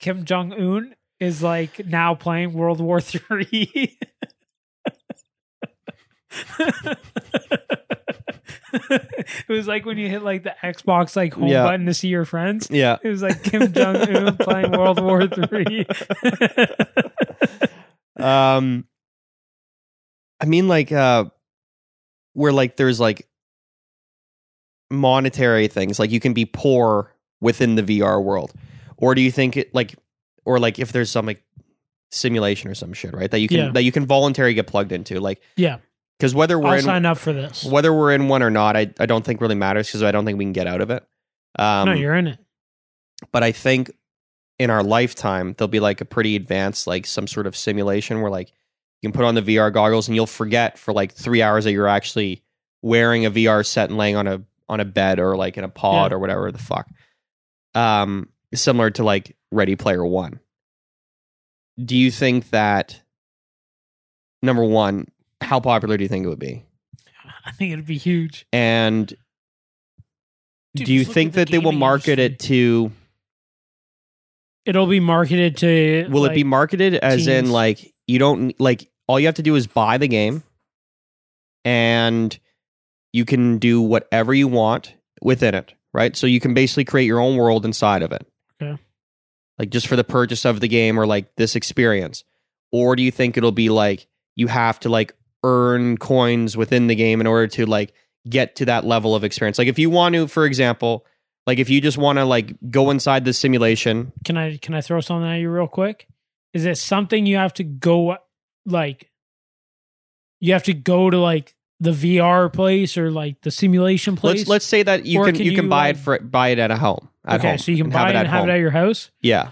[SPEAKER 1] Kim Jong Un is like now playing World War Three. (laughs) it was like when you hit like the Xbox like home
[SPEAKER 2] Yeah.
[SPEAKER 1] button to see your friends.
[SPEAKER 2] yeah.
[SPEAKER 1] It was like Kim Jong
[SPEAKER 2] (laughs)
[SPEAKER 1] Un playing World War Three.
[SPEAKER 2] um i mean like uh where like there's like monetary things like you can be poor within the vr world or do you think it like or like if there's some like simulation or some shit right that you can
[SPEAKER 1] Yeah.
[SPEAKER 2] that you can voluntarily get plugged into like
[SPEAKER 1] Yeah.
[SPEAKER 2] because whether
[SPEAKER 1] (laughs)
[SPEAKER 2] we're
[SPEAKER 1] I'll
[SPEAKER 2] in
[SPEAKER 1] sign up for this.
[SPEAKER 2] whether we're in one or not i, I don't think really matters because i don't think we can get out of it um
[SPEAKER 1] no, you're in it.
[SPEAKER 2] but I think in our lifetime there'll be like a pretty advanced like some sort of simulation where like you can put on the VR goggles and you'll forget for like three hours that you're actually wearing a VR set and laying on a on a bed or like in a pod
[SPEAKER 1] Yeah.
[SPEAKER 2] or whatever the fuck. Um, similar to like Ready Player One. Do you think that number one, how popular do you think it would be?
[SPEAKER 1] (laughs) I think it'd be huge.
[SPEAKER 2] And
[SPEAKER 1] Dude,
[SPEAKER 2] do you
[SPEAKER 1] just look
[SPEAKER 2] think
[SPEAKER 1] at the
[SPEAKER 2] that they will
[SPEAKER 1] gaming
[SPEAKER 2] market it
[SPEAKER 1] industry.
[SPEAKER 2] to
[SPEAKER 1] It'll be marketed to.
[SPEAKER 2] Will it be
[SPEAKER 1] like,
[SPEAKER 2] marketed as in
[SPEAKER 1] teens.
[SPEAKER 2] like you don't like all you have to do is buy the game and you can do whatever you want within it, right? So you can basically create your own world inside of it.
[SPEAKER 1] Okay.
[SPEAKER 2] Like just for the purchase of the game or like this experience. Or do you think it'll be like you have to like earn coins within the game in order to like get to that level of experience? Like if you want to, for example, like if you just want to like go inside the simulation
[SPEAKER 1] can I can I throw something at you real quick? Is it something you have to go like you have to go to like the VR place or like the simulation place?
[SPEAKER 2] Let's let's say that you
[SPEAKER 1] Or
[SPEAKER 2] can,
[SPEAKER 1] can
[SPEAKER 2] you can
[SPEAKER 1] you,
[SPEAKER 2] buy it
[SPEAKER 1] um,
[SPEAKER 2] for buy it at a home, at
[SPEAKER 1] okay,
[SPEAKER 2] home
[SPEAKER 1] so you can
[SPEAKER 2] and
[SPEAKER 1] buy it and have
[SPEAKER 2] home.
[SPEAKER 1] it at your house.
[SPEAKER 2] yeah.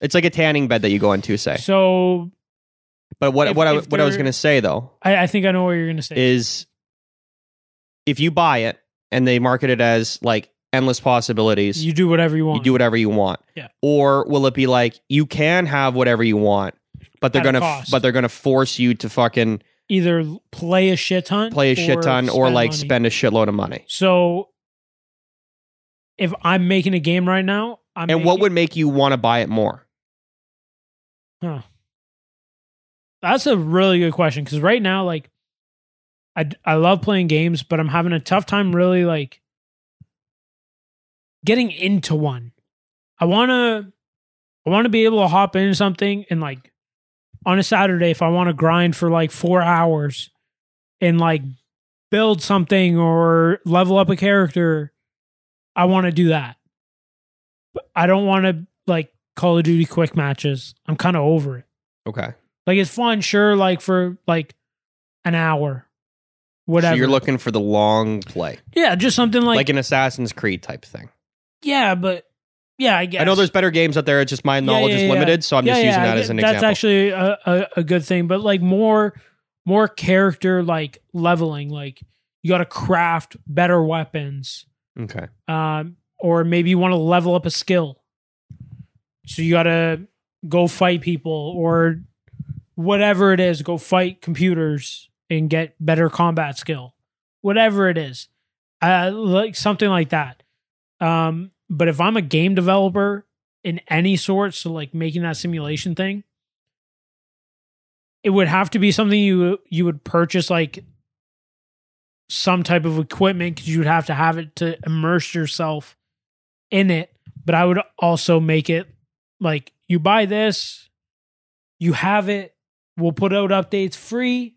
[SPEAKER 2] It's like a tanning bed that you go into, say.
[SPEAKER 1] So
[SPEAKER 2] But what
[SPEAKER 1] if-
[SPEAKER 2] what I
[SPEAKER 1] if
[SPEAKER 2] what I was
[SPEAKER 1] they're-
[SPEAKER 2] gonna say though
[SPEAKER 1] I, I think I know what you're going to say.
[SPEAKER 2] is if you buy it and they market it as like endless possibilities,
[SPEAKER 1] you do whatever you
[SPEAKER 2] you
[SPEAKER 1] want.
[SPEAKER 2] do whatever you want.
[SPEAKER 1] Yeah.
[SPEAKER 2] Or will it be like you can have whatever you want, but they're
[SPEAKER 1] At a
[SPEAKER 2] gonna
[SPEAKER 1] cost.
[SPEAKER 2] but they're gonna force you to fucking
[SPEAKER 1] Either play a shit ton,
[SPEAKER 2] play a shit ton or
[SPEAKER 1] spend
[SPEAKER 2] like
[SPEAKER 1] money.
[SPEAKER 2] spend a shitload of money.
[SPEAKER 1] So if I'm making a game right now, I'm
[SPEAKER 2] and what
[SPEAKER 1] making-
[SPEAKER 2] would make you want to buy it more?
[SPEAKER 1] That's a really good question because right now, like, I I love playing games, but I'm having a tough time really like getting into one. I wanna I wanna be able to hop into something and like on a Saturday if I want to grind for like four hours and like build something or level up a character, I want to do that. But I don't want to like Call of Duty quick matches. I'm kind of over it.
[SPEAKER 2] Okay.
[SPEAKER 1] Like it's fun, sure, like for like an hour, whatever.
[SPEAKER 2] So you're looking for the long play.
[SPEAKER 1] yeah, just something like,
[SPEAKER 2] Like, an Assassin's Creed type thing.
[SPEAKER 1] yeah, but yeah, I guess
[SPEAKER 2] I know there's better games out there, it's just my
[SPEAKER 1] Yeah,
[SPEAKER 2] knowledge
[SPEAKER 1] yeah,
[SPEAKER 2] is
[SPEAKER 1] yeah.
[SPEAKER 2] limited, so I'm
[SPEAKER 1] Yeah,
[SPEAKER 2] just
[SPEAKER 1] yeah,
[SPEAKER 2] using
[SPEAKER 1] I
[SPEAKER 2] that
[SPEAKER 1] get-
[SPEAKER 2] as an
[SPEAKER 1] that's
[SPEAKER 2] example.
[SPEAKER 1] actually a, a a good thing, but like more more character like leveling, like you got to craft better weapons,
[SPEAKER 2] okay.
[SPEAKER 1] um, or maybe you want to level up a skill, so you got to go fight people or whatever it is, go fight computers and get better combat skill, whatever it is, uh, like something like that. Um, but if I'm a game developer in any sort, so like making that simulation thing, it would have to be something you you would purchase like some type of equipment because you would have to have it to immerse yourself in it. But I would also make it like you buy this, you have it, we'll put out updates free.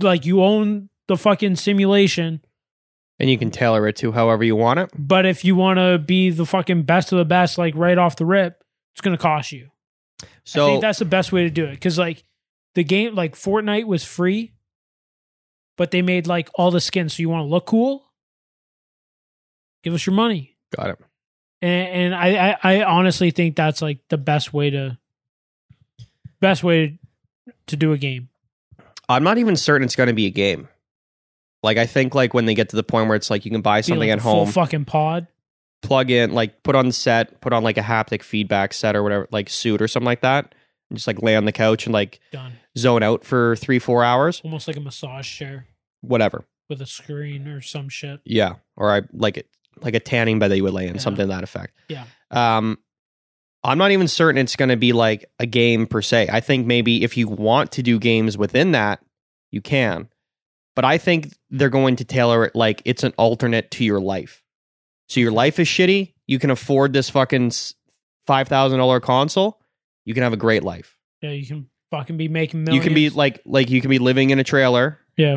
[SPEAKER 1] Like you own the fucking simulation,
[SPEAKER 2] And you can tailor it to however you want it.
[SPEAKER 1] but if you want to be the fucking best of the best, like right off the rip, it's gonna cost you. I
[SPEAKER 2] So
[SPEAKER 1] think that's the best way to do it because like the game, like Fortnite was free, but they made like all the skins. So you want to look cool? Give us your money,
[SPEAKER 2] got it.
[SPEAKER 1] and, and I, I I honestly think that's like the best way to best way to, to do a game.
[SPEAKER 2] I'm not even certain it's gonna be a game. Like I think like when they get to the point where it's like you can
[SPEAKER 1] Be,
[SPEAKER 2] buy
[SPEAKER 1] like,
[SPEAKER 2] something
[SPEAKER 1] a
[SPEAKER 2] at home,
[SPEAKER 1] full fucking pod.
[SPEAKER 2] plug in, like put on the set, put on like a haptic feedback set or whatever, like suit or something like that, and just like lay on the couch and like
[SPEAKER 1] Done.
[SPEAKER 2] zone out for three, four hours,
[SPEAKER 1] Almost like a massage chair
[SPEAKER 2] whatever.
[SPEAKER 1] with a screen or some shit.
[SPEAKER 2] Yeah. Or I like it, like a tanning bed that you would lay in,
[SPEAKER 1] Yeah.
[SPEAKER 2] something to that effect.
[SPEAKER 1] Yeah.
[SPEAKER 2] Um, I'm not even certain it's going to be like a game per se. I think maybe if you want to do games within that, you can. But I think they're going to tailor it like it's an alternate to your life. So your life is shitty. You can afford this fucking s- $5,000 console. You can have a great life.
[SPEAKER 1] Yeah, you can fucking be making millions.
[SPEAKER 2] You can be like, like you can be living in a trailer.
[SPEAKER 1] Yeah.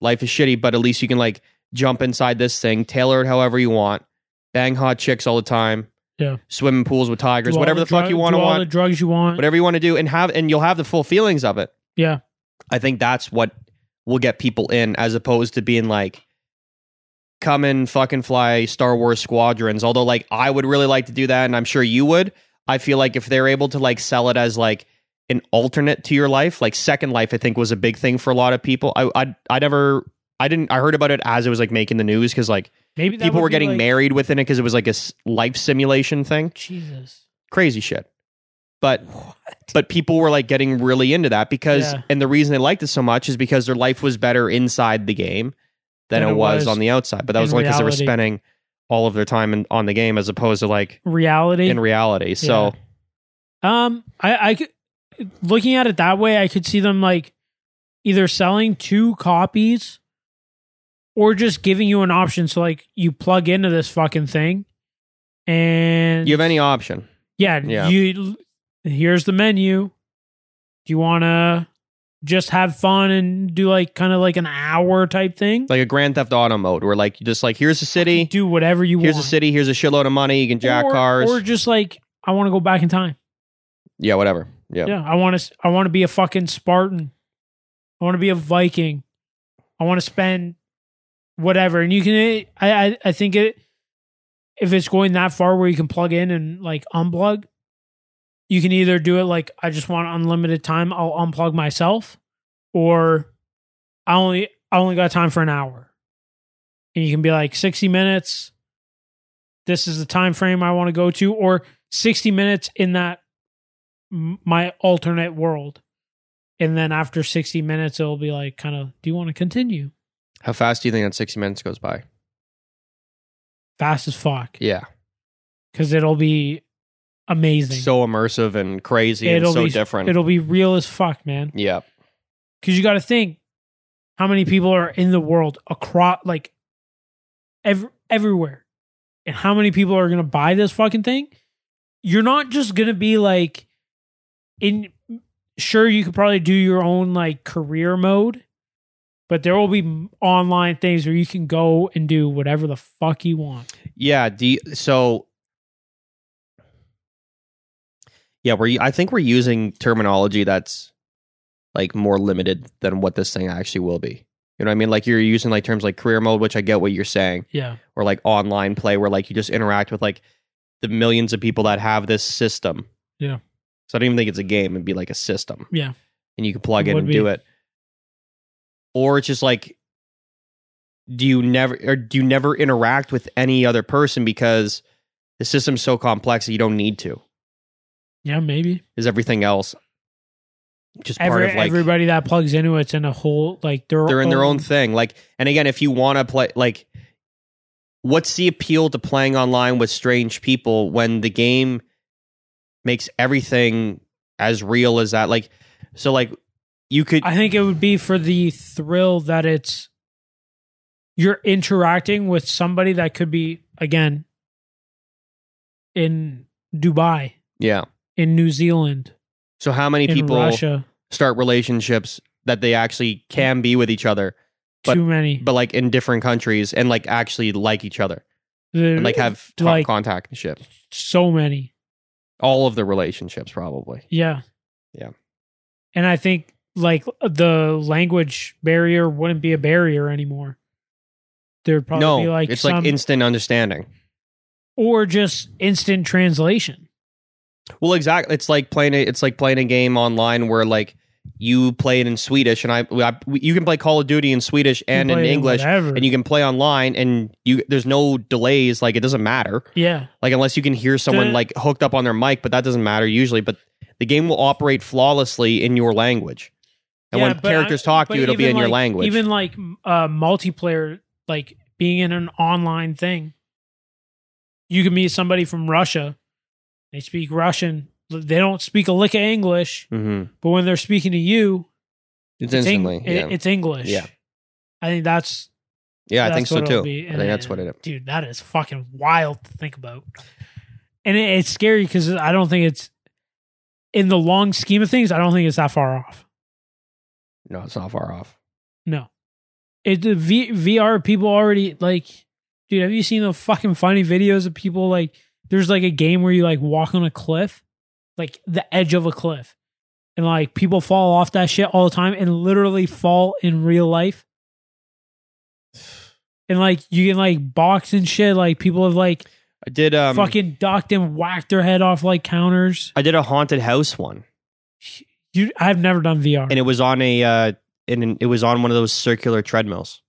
[SPEAKER 2] Life is shitty, but at least you can like jump inside this thing, tailor it however you want, bang hot chicks all the time.
[SPEAKER 1] Yeah.
[SPEAKER 2] Swim in pools with
[SPEAKER 1] Do
[SPEAKER 2] tigers,
[SPEAKER 1] all
[SPEAKER 2] whatever the, fuck
[SPEAKER 1] drug-
[SPEAKER 2] you want
[SPEAKER 1] do
[SPEAKER 2] to
[SPEAKER 1] all
[SPEAKER 2] want
[SPEAKER 1] the drugs you want.
[SPEAKER 2] whatever you want to do and have and you'll have the full feelings of it
[SPEAKER 1] Mm-hmm. Yeah.
[SPEAKER 2] i think that's what will get people in as opposed to being like come and fucking fly star wars squadrons although like i would really like to do that and i'm sure you would i feel like if they're able to like sell it as like an alternate to your life like second life i think was a big thing for a lot of people i i, I never i didn't i heard about it as it was like making the news because like
[SPEAKER 1] Maybe that
[SPEAKER 2] people
[SPEAKER 1] would
[SPEAKER 2] were
[SPEAKER 1] be,
[SPEAKER 2] getting
[SPEAKER 1] like-
[SPEAKER 2] married within it because it was like a s- life simulation thing
[SPEAKER 1] Jesus.
[SPEAKER 2] crazy shit but but people were like getting really into that because
[SPEAKER 1] Yeah.
[SPEAKER 2] and the reason they liked it so much is because their life was better inside the game than it, was, on the outside but that
[SPEAKER 1] in
[SPEAKER 2] was only because they were
[SPEAKER 1] reality.
[SPEAKER 2] spending all of their time in, on the game as opposed to like
[SPEAKER 1] Reality.
[SPEAKER 2] in reality so
[SPEAKER 1] um, I, I could, looking at it that way, I could see them like either selling two copies or just giving you an option. So like you plug into this fucking thing and
[SPEAKER 2] you have any option
[SPEAKER 1] Yeah,
[SPEAKER 2] Yeah.
[SPEAKER 1] You here's the menu. Do you want to just have fun and do like kind of like an hour type thing?
[SPEAKER 2] like a grand theft auto mode where like you just like here's a city
[SPEAKER 1] do whatever you
[SPEAKER 2] here's a
[SPEAKER 1] want.
[SPEAKER 2] city here's a shitload of money you can jack
[SPEAKER 1] or,
[SPEAKER 2] cars
[SPEAKER 1] or just like I want to go back in time.
[SPEAKER 2] yeah whatever yeah.
[SPEAKER 1] Yeah, I want to. I want to be a fucking Spartan. I want to be a Viking. eh, I want to spend whatever, and you can. I I, I think it. if it's going that far where you can plug in and like unplug, you can either do it like I just want unlimited time, I'll unplug myself, or I only I only got time for an hour. And you can be like 60 minutes, this is the time frame I want to go to, or 60 minutes in that m- my alternate world. And then after 60 minutes, it'll be like kind of, do you want to continue?
[SPEAKER 2] How fast do you think that 60 minutes goes by?
[SPEAKER 1] Fast as fuck.
[SPEAKER 2] Yeah.
[SPEAKER 1] Because it'll be amazing.
[SPEAKER 2] So immersive and crazy
[SPEAKER 1] It'll
[SPEAKER 2] and so
[SPEAKER 1] be-
[SPEAKER 2] different.
[SPEAKER 1] it'll be real as fuck, man.
[SPEAKER 2] yeah.
[SPEAKER 1] because you got to think how many people are in the world across like ev- everywhere and how many people are going to buy this fucking thing you're not just going to be like in sure you could probably do your own like career mode but there will be m- online things where you can go and do whatever the fuck you want
[SPEAKER 2] Yeah. Do you- so. Yeah, we're. I think we're using terminology that's like more limited than what this thing actually will be. You know what I mean? Like you're using like terms like career mode, which I get what you're saying,
[SPEAKER 1] yeah
[SPEAKER 2] or like online play, where like you just interact with like the millions of people that have this system.
[SPEAKER 1] Yeah.
[SPEAKER 2] So I don't even think it's a game; it'd be like a system.
[SPEAKER 1] Yeah.
[SPEAKER 2] And you can plug
[SPEAKER 1] It
[SPEAKER 2] in
[SPEAKER 1] would
[SPEAKER 2] and
[SPEAKER 1] be.
[SPEAKER 2] do it. Or it's just like do you never or do you never interact with any other person because the system's so complex that you don't need to?
[SPEAKER 1] yeah maybe
[SPEAKER 2] Is everything else just part
[SPEAKER 1] Every,
[SPEAKER 2] of like
[SPEAKER 1] everybody that plugs into it's in a whole like they're
[SPEAKER 2] they're in their own thing? Like, and again, if you want to play, like, what's the appeal to playing online with strange people when the game makes everything as real as that? Like, so like you could
[SPEAKER 1] I think it would be for the thrill that it's you're interacting with somebody that could be again in Dubai,
[SPEAKER 2] yeah.
[SPEAKER 1] in New Zealand,
[SPEAKER 2] So how many
[SPEAKER 1] in
[SPEAKER 2] people
[SPEAKER 1] Russia.
[SPEAKER 2] start relationships that they actually can be with each other, but-
[SPEAKER 1] too many.
[SPEAKER 2] but like in different countries and like actually like each other
[SPEAKER 1] There-
[SPEAKER 2] and like have top
[SPEAKER 1] like-
[SPEAKER 2] contact and shit.
[SPEAKER 1] so many.
[SPEAKER 2] All of the relationships probably.
[SPEAKER 1] Yeah.
[SPEAKER 2] Yeah.
[SPEAKER 1] And I think like the language barrier wouldn't be a barrier anymore. There'd probably
[SPEAKER 2] no,
[SPEAKER 1] be like
[SPEAKER 2] it's
[SPEAKER 1] some
[SPEAKER 2] like instant understanding.
[SPEAKER 1] or just instant translation.
[SPEAKER 2] Well, exactly. It's like playing a, it's like playing a game online where like you play it in Swedish and I, I you can play Call of Duty in Swedish
[SPEAKER 1] You
[SPEAKER 2] and in
[SPEAKER 1] play it
[SPEAKER 2] English
[SPEAKER 1] whatever.
[SPEAKER 2] and you can play online and you there's no delays like it doesn't matter.
[SPEAKER 1] yeah.
[SPEAKER 2] like unless you can hear someone
[SPEAKER 1] The-
[SPEAKER 2] like hooked up on their mic but that doesn't matter usually but the game will operate flawlessly in your language and
[SPEAKER 1] Yeah,
[SPEAKER 2] when
[SPEAKER 1] but
[SPEAKER 2] characters
[SPEAKER 1] I-
[SPEAKER 2] talk to
[SPEAKER 1] but
[SPEAKER 2] you it'll be
[SPEAKER 1] even
[SPEAKER 2] in your
[SPEAKER 1] like-
[SPEAKER 2] language
[SPEAKER 1] Even like m- uh, multiplayer, like being in an online thing, you can meet somebody from Russia. They speak Russian. They don't speak a lick of English,
[SPEAKER 2] Mhm.
[SPEAKER 1] but when they're speaking to you,
[SPEAKER 2] it's
[SPEAKER 1] it's, Eng-
[SPEAKER 2] instantly
[SPEAKER 1] it-
[SPEAKER 2] yeah,
[SPEAKER 1] it's English.
[SPEAKER 2] Yeah.
[SPEAKER 1] I think that's
[SPEAKER 2] yeah i
[SPEAKER 1] that's
[SPEAKER 2] think so
[SPEAKER 1] what it'll
[SPEAKER 2] too
[SPEAKER 1] be.
[SPEAKER 2] i think that's what it is
[SPEAKER 1] dude. That is fucking wild to think about, and it, it's scary because I don't think it's in the long scheme of things. I don't think it's that far off.
[SPEAKER 2] no it's not far off
[SPEAKER 1] No. It the v, VR people already like dude, have you seen the fucking funny videos of people like there's like a game where you like walk on a cliff, like the edge of a cliff. And like people fall off that shit all the time and literally fall in real life. And like you can like box and shit. Like people have like
[SPEAKER 2] i did um
[SPEAKER 1] fucking ducked and whacked their head off like counters.
[SPEAKER 2] i did a haunted house one
[SPEAKER 1] You, I've never done VR.
[SPEAKER 2] and it was on a uh and an- it was on one of those circular treadmills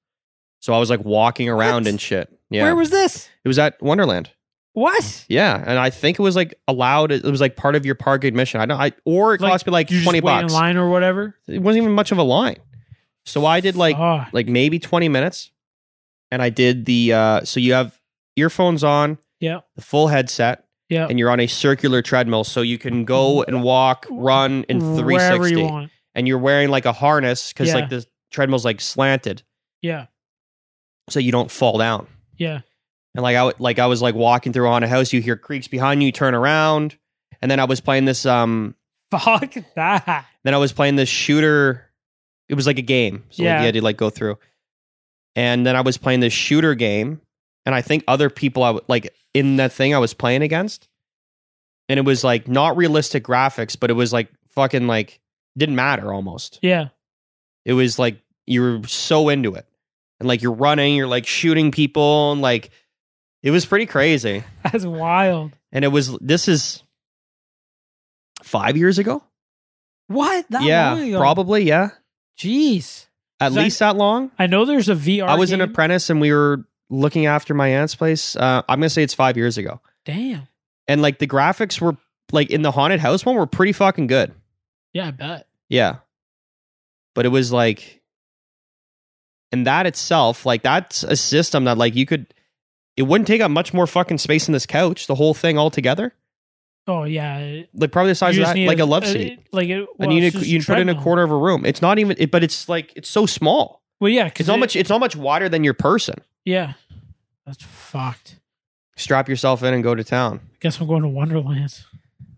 [SPEAKER 2] so i was like walking around
[SPEAKER 1] What?
[SPEAKER 2] and shit yeah
[SPEAKER 1] was this?
[SPEAKER 2] it was at wonderland
[SPEAKER 1] What?
[SPEAKER 2] yeah and i think it was like allowed it was like part of your park admission i don't i or it
[SPEAKER 1] Like,
[SPEAKER 2] cost me like
[SPEAKER 1] You just
[SPEAKER 2] 20
[SPEAKER 1] wait
[SPEAKER 2] bucks
[SPEAKER 1] in line or whatever.
[SPEAKER 2] it wasn't even much of a line. So I did like
[SPEAKER 1] Ah.
[SPEAKER 2] like maybe 20 minutes and I did the uh so you have earphones on,
[SPEAKER 1] yeah,
[SPEAKER 2] the full headset
[SPEAKER 1] yeah.
[SPEAKER 2] and you're on a circular treadmill so you can go and walk, run in
[SPEAKER 1] wherever you
[SPEAKER 2] 360
[SPEAKER 1] want.
[SPEAKER 2] and you're wearing like a harness cuz
[SPEAKER 1] Yeah.
[SPEAKER 2] like the treadmill's like slanted
[SPEAKER 1] Yeah,
[SPEAKER 2] so you don't fall down.
[SPEAKER 1] yeah. (laughs)
[SPEAKER 2] And like I w- like I was like walking through on a house, you hear creaks behind you, you turn around. And then I was playing this um
[SPEAKER 1] Fuck that.
[SPEAKER 2] Then I was playing this shooter. It was like a game. So like,
[SPEAKER 1] Yeah.
[SPEAKER 2] you had to like go through. And then I was playing this shooter game. And I think other people I w- like in that thing I was playing against. And it was like not realistic graphics, but it was like fucking like didn't matter almost.
[SPEAKER 1] Yeah,
[SPEAKER 2] It was like you were so into it. And like you're running, you're like shooting people and like It was pretty crazy.
[SPEAKER 1] That's wild.
[SPEAKER 2] And it was this is five years ago.
[SPEAKER 1] What? That long
[SPEAKER 2] yeah,
[SPEAKER 1] ago?
[SPEAKER 2] probably. Yeah,
[SPEAKER 1] Jeez.
[SPEAKER 2] at
[SPEAKER 1] So I-
[SPEAKER 2] least that long.
[SPEAKER 1] I know there's a VR.
[SPEAKER 2] I was an
[SPEAKER 1] game.
[SPEAKER 2] apprentice, and we were looking after my aunt's place. Uh, I'm gonna say it's five years ago.
[SPEAKER 1] Damn.
[SPEAKER 2] And like the graphics were like in the haunted house one were pretty fucking good.
[SPEAKER 1] Yeah, I bet.
[SPEAKER 2] Yeah. But it was like and that itself, like that's a system that like you could it wouldn't take up much more fucking space in this couch, the whole thing altogether.
[SPEAKER 1] Oh yeah. You
[SPEAKER 2] Like probably the size
[SPEAKER 1] just
[SPEAKER 2] of that,
[SPEAKER 1] need
[SPEAKER 2] like a love
[SPEAKER 1] uh,
[SPEAKER 2] seat.
[SPEAKER 1] Like it.
[SPEAKER 2] I
[SPEAKER 1] well,
[SPEAKER 2] need
[SPEAKER 1] it's
[SPEAKER 2] to
[SPEAKER 1] just
[SPEAKER 2] you can put in a
[SPEAKER 1] treadmill.
[SPEAKER 2] quarter of a room. It's not even it, but it's like it's so small.
[SPEAKER 1] Well, yeah,
[SPEAKER 2] It's
[SPEAKER 1] because
[SPEAKER 2] not much it's not much wider than your person.
[SPEAKER 1] Yeah. That's fucked.
[SPEAKER 2] Strap yourself in and go to town.
[SPEAKER 1] I guess I'm going to Wonderland.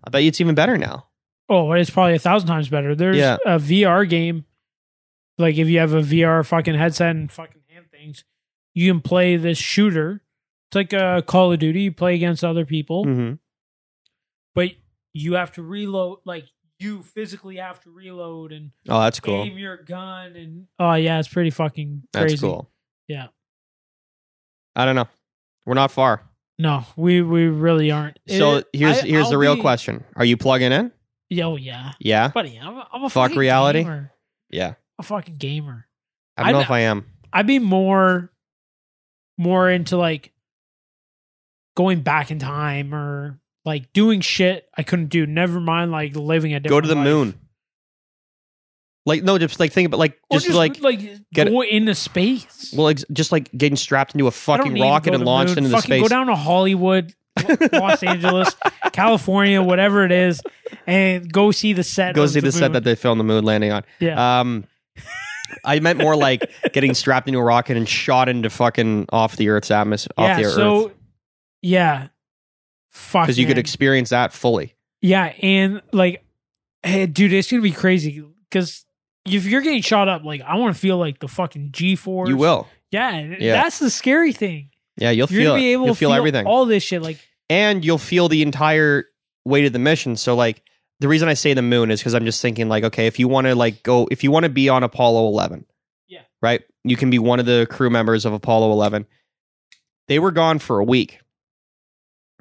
[SPEAKER 2] I bet you it's even better now.
[SPEAKER 1] Oh, it's probably a thousand times better. There's
[SPEAKER 2] Yeah.
[SPEAKER 1] a VR game. Like if you have a VR fucking headset and fucking hand things, you can play this shooter. It's like a Call of Duty. You play against other people,
[SPEAKER 2] Mm-hmm.
[SPEAKER 1] but you have to reload. Like you physically have to reload and
[SPEAKER 2] Oh, that's cool.
[SPEAKER 1] aim your gun. And oh yeah, it's pretty fucking crazy.
[SPEAKER 2] That's cool.
[SPEAKER 1] Yeah.
[SPEAKER 2] I don't know. We're not far.
[SPEAKER 1] No, we we really aren't.
[SPEAKER 2] So
[SPEAKER 1] It-
[SPEAKER 2] here's
[SPEAKER 1] Eh, I-
[SPEAKER 2] here's the
[SPEAKER 1] I'll
[SPEAKER 2] real
[SPEAKER 1] be-
[SPEAKER 2] question. Are you plugging in?
[SPEAKER 1] Yeah, Oh yeah,
[SPEAKER 2] Yeah.
[SPEAKER 1] buddy, I'm a, I'm a
[SPEAKER 2] Fuck
[SPEAKER 1] fucking
[SPEAKER 2] reality?
[SPEAKER 1] gamer.
[SPEAKER 2] Yeah.
[SPEAKER 1] a fucking gamer.
[SPEAKER 2] I don't
[SPEAKER 1] I
[SPEAKER 2] know
[SPEAKER 1] d-
[SPEAKER 2] if I am.
[SPEAKER 1] I'd be more more into like going back in time or like doing shit I couldn't do. Never mind like living a
[SPEAKER 2] Go
[SPEAKER 1] different
[SPEAKER 2] to the
[SPEAKER 1] life.
[SPEAKER 2] moon. Like no, just like think about like
[SPEAKER 1] Or
[SPEAKER 2] just, like
[SPEAKER 1] like
[SPEAKER 2] get-
[SPEAKER 1] go into space.
[SPEAKER 2] well, ex- just like getting strapped into a
[SPEAKER 1] I don't
[SPEAKER 2] fucking
[SPEAKER 1] need to go
[SPEAKER 2] rocket
[SPEAKER 1] to
[SPEAKER 2] and launched
[SPEAKER 1] moon.
[SPEAKER 2] into the
[SPEAKER 1] Fucking
[SPEAKER 2] space.
[SPEAKER 1] Go down to Hollywood,
[SPEAKER 2] (laughs)
[SPEAKER 1] Los Angeles, California, whatever it is, and go see the set.
[SPEAKER 2] Go
[SPEAKER 1] of
[SPEAKER 2] see the set
[SPEAKER 1] moon.
[SPEAKER 2] that they filmed the moon landing on.
[SPEAKER 1] yeah.
[SPEAKER 2] Um, I meant more
[SPEAKER 1] (laughs)
[SPEAKER 2] like getting strapped into a rocket and shot into fucking off the Earth's atmosphere,
[SPEAKER 1] yeah.
[SPEAKER 2] off the
[SPEAKER 1] so
[SPEAKER 2] Earth,
[SPEAKER 1] yeah, fuck.
[SPEAKER 2] because you could
[SPEAKER 1] man.
[SPEAKER 2] experience that fully.
[SPEAKER 1] Yeah, and like, hey, dude, it's gonna be crazy because if you're getting shot up, like, I want to feel like the fucking G force.
[SPEAKER 2] You will.
[SPEAKER 1] Yeah, and
[SPEAKER 2] Yeah.
[SPEAKER 1] that's the scary thing.
[SPEAKER 2] Yeah, you'll
[SPEAKER 1] You're
[SPEAKER 2] feel
[SPEAKER 1] gonna be
[SPEAKER 2] it.
[SPEAKER 1] able
[SPEAKER 2] you'll
[SPEAKER 1] to feel,
[SPEAKER 2] everything.
[SPEAKER 1] all this shit. Like,
[SPEAKER 2] and you'll feel the entire weight of the mission. So like the reason I say the moon is because I'm just thinking like, okay, if you want to like go, if you want to be on Apollo 11,
[SPEAKER 1] Yeah.
[SPEAKER 2] right, you can be one of the crew members of Apollo 11. They were gone for a week,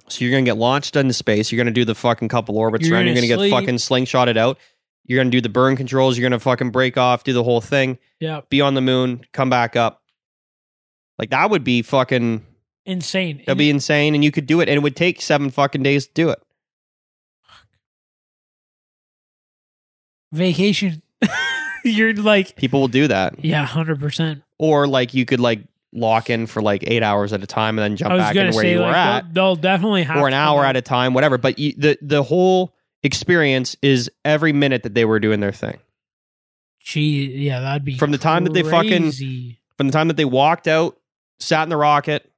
[SPEAKER 2] so you're gonna get launched into space. You're gonna do the fucking couple orbits
[SPEAKER 1] You're
[SPEAKER 2] around. You're
[SPEAKER 1] gonna
[SPEAKER 2] gonna get
[SPEAKER 1] sleep.
[SPEAKER 2] fucking slingshotted out. You're gonna do the burn controls. You're gonna fucking break off, do the whole thing,
[SPEAKER 1] yeah,
[SPEAKER 2] be on the moon, come back up. Like that would be fucking
[SPEAKER 1] insane.
[SPEAKER 2] That'd be insane, and you could do it, and it would take seven fucking days to do it.
[SPEAKER 1] vacation. (laughs) you're like,
[SPEAKER 2] People will do that,
[SPEAKER 1] yeah, hundred percent.
[SPEAKER 2] or like you could like lock in for like eight hours at a time, and then jump
[SPEAKER 1] I was
[SPEAKER 2] back
[SPEAKER 1] gonna
[SPEAKER 2] in where
[SPEAKER 1] say
[SPEAKER 2] you were
[SPEAKER 1] like
[SPEAKER 2] at,
[SPEAKER 1] they'll, they'll definitely have
[SPEAKER 2] or an
[SPEAKER 1] to
[SPEAKER 2] hour
[SPEAKER 1] come
[SPEAKER 2] at a time, whatever. But you, the the whole experience is every minute that they were doing their thing,
[SPEAKER 1] Gee, yeah, that'd be
[SPEAKER 2] From the time that they fucking-
[SPEAKER 1] crazy.
[SPEAKER 2] from the time that they walked out, sat in the rocket,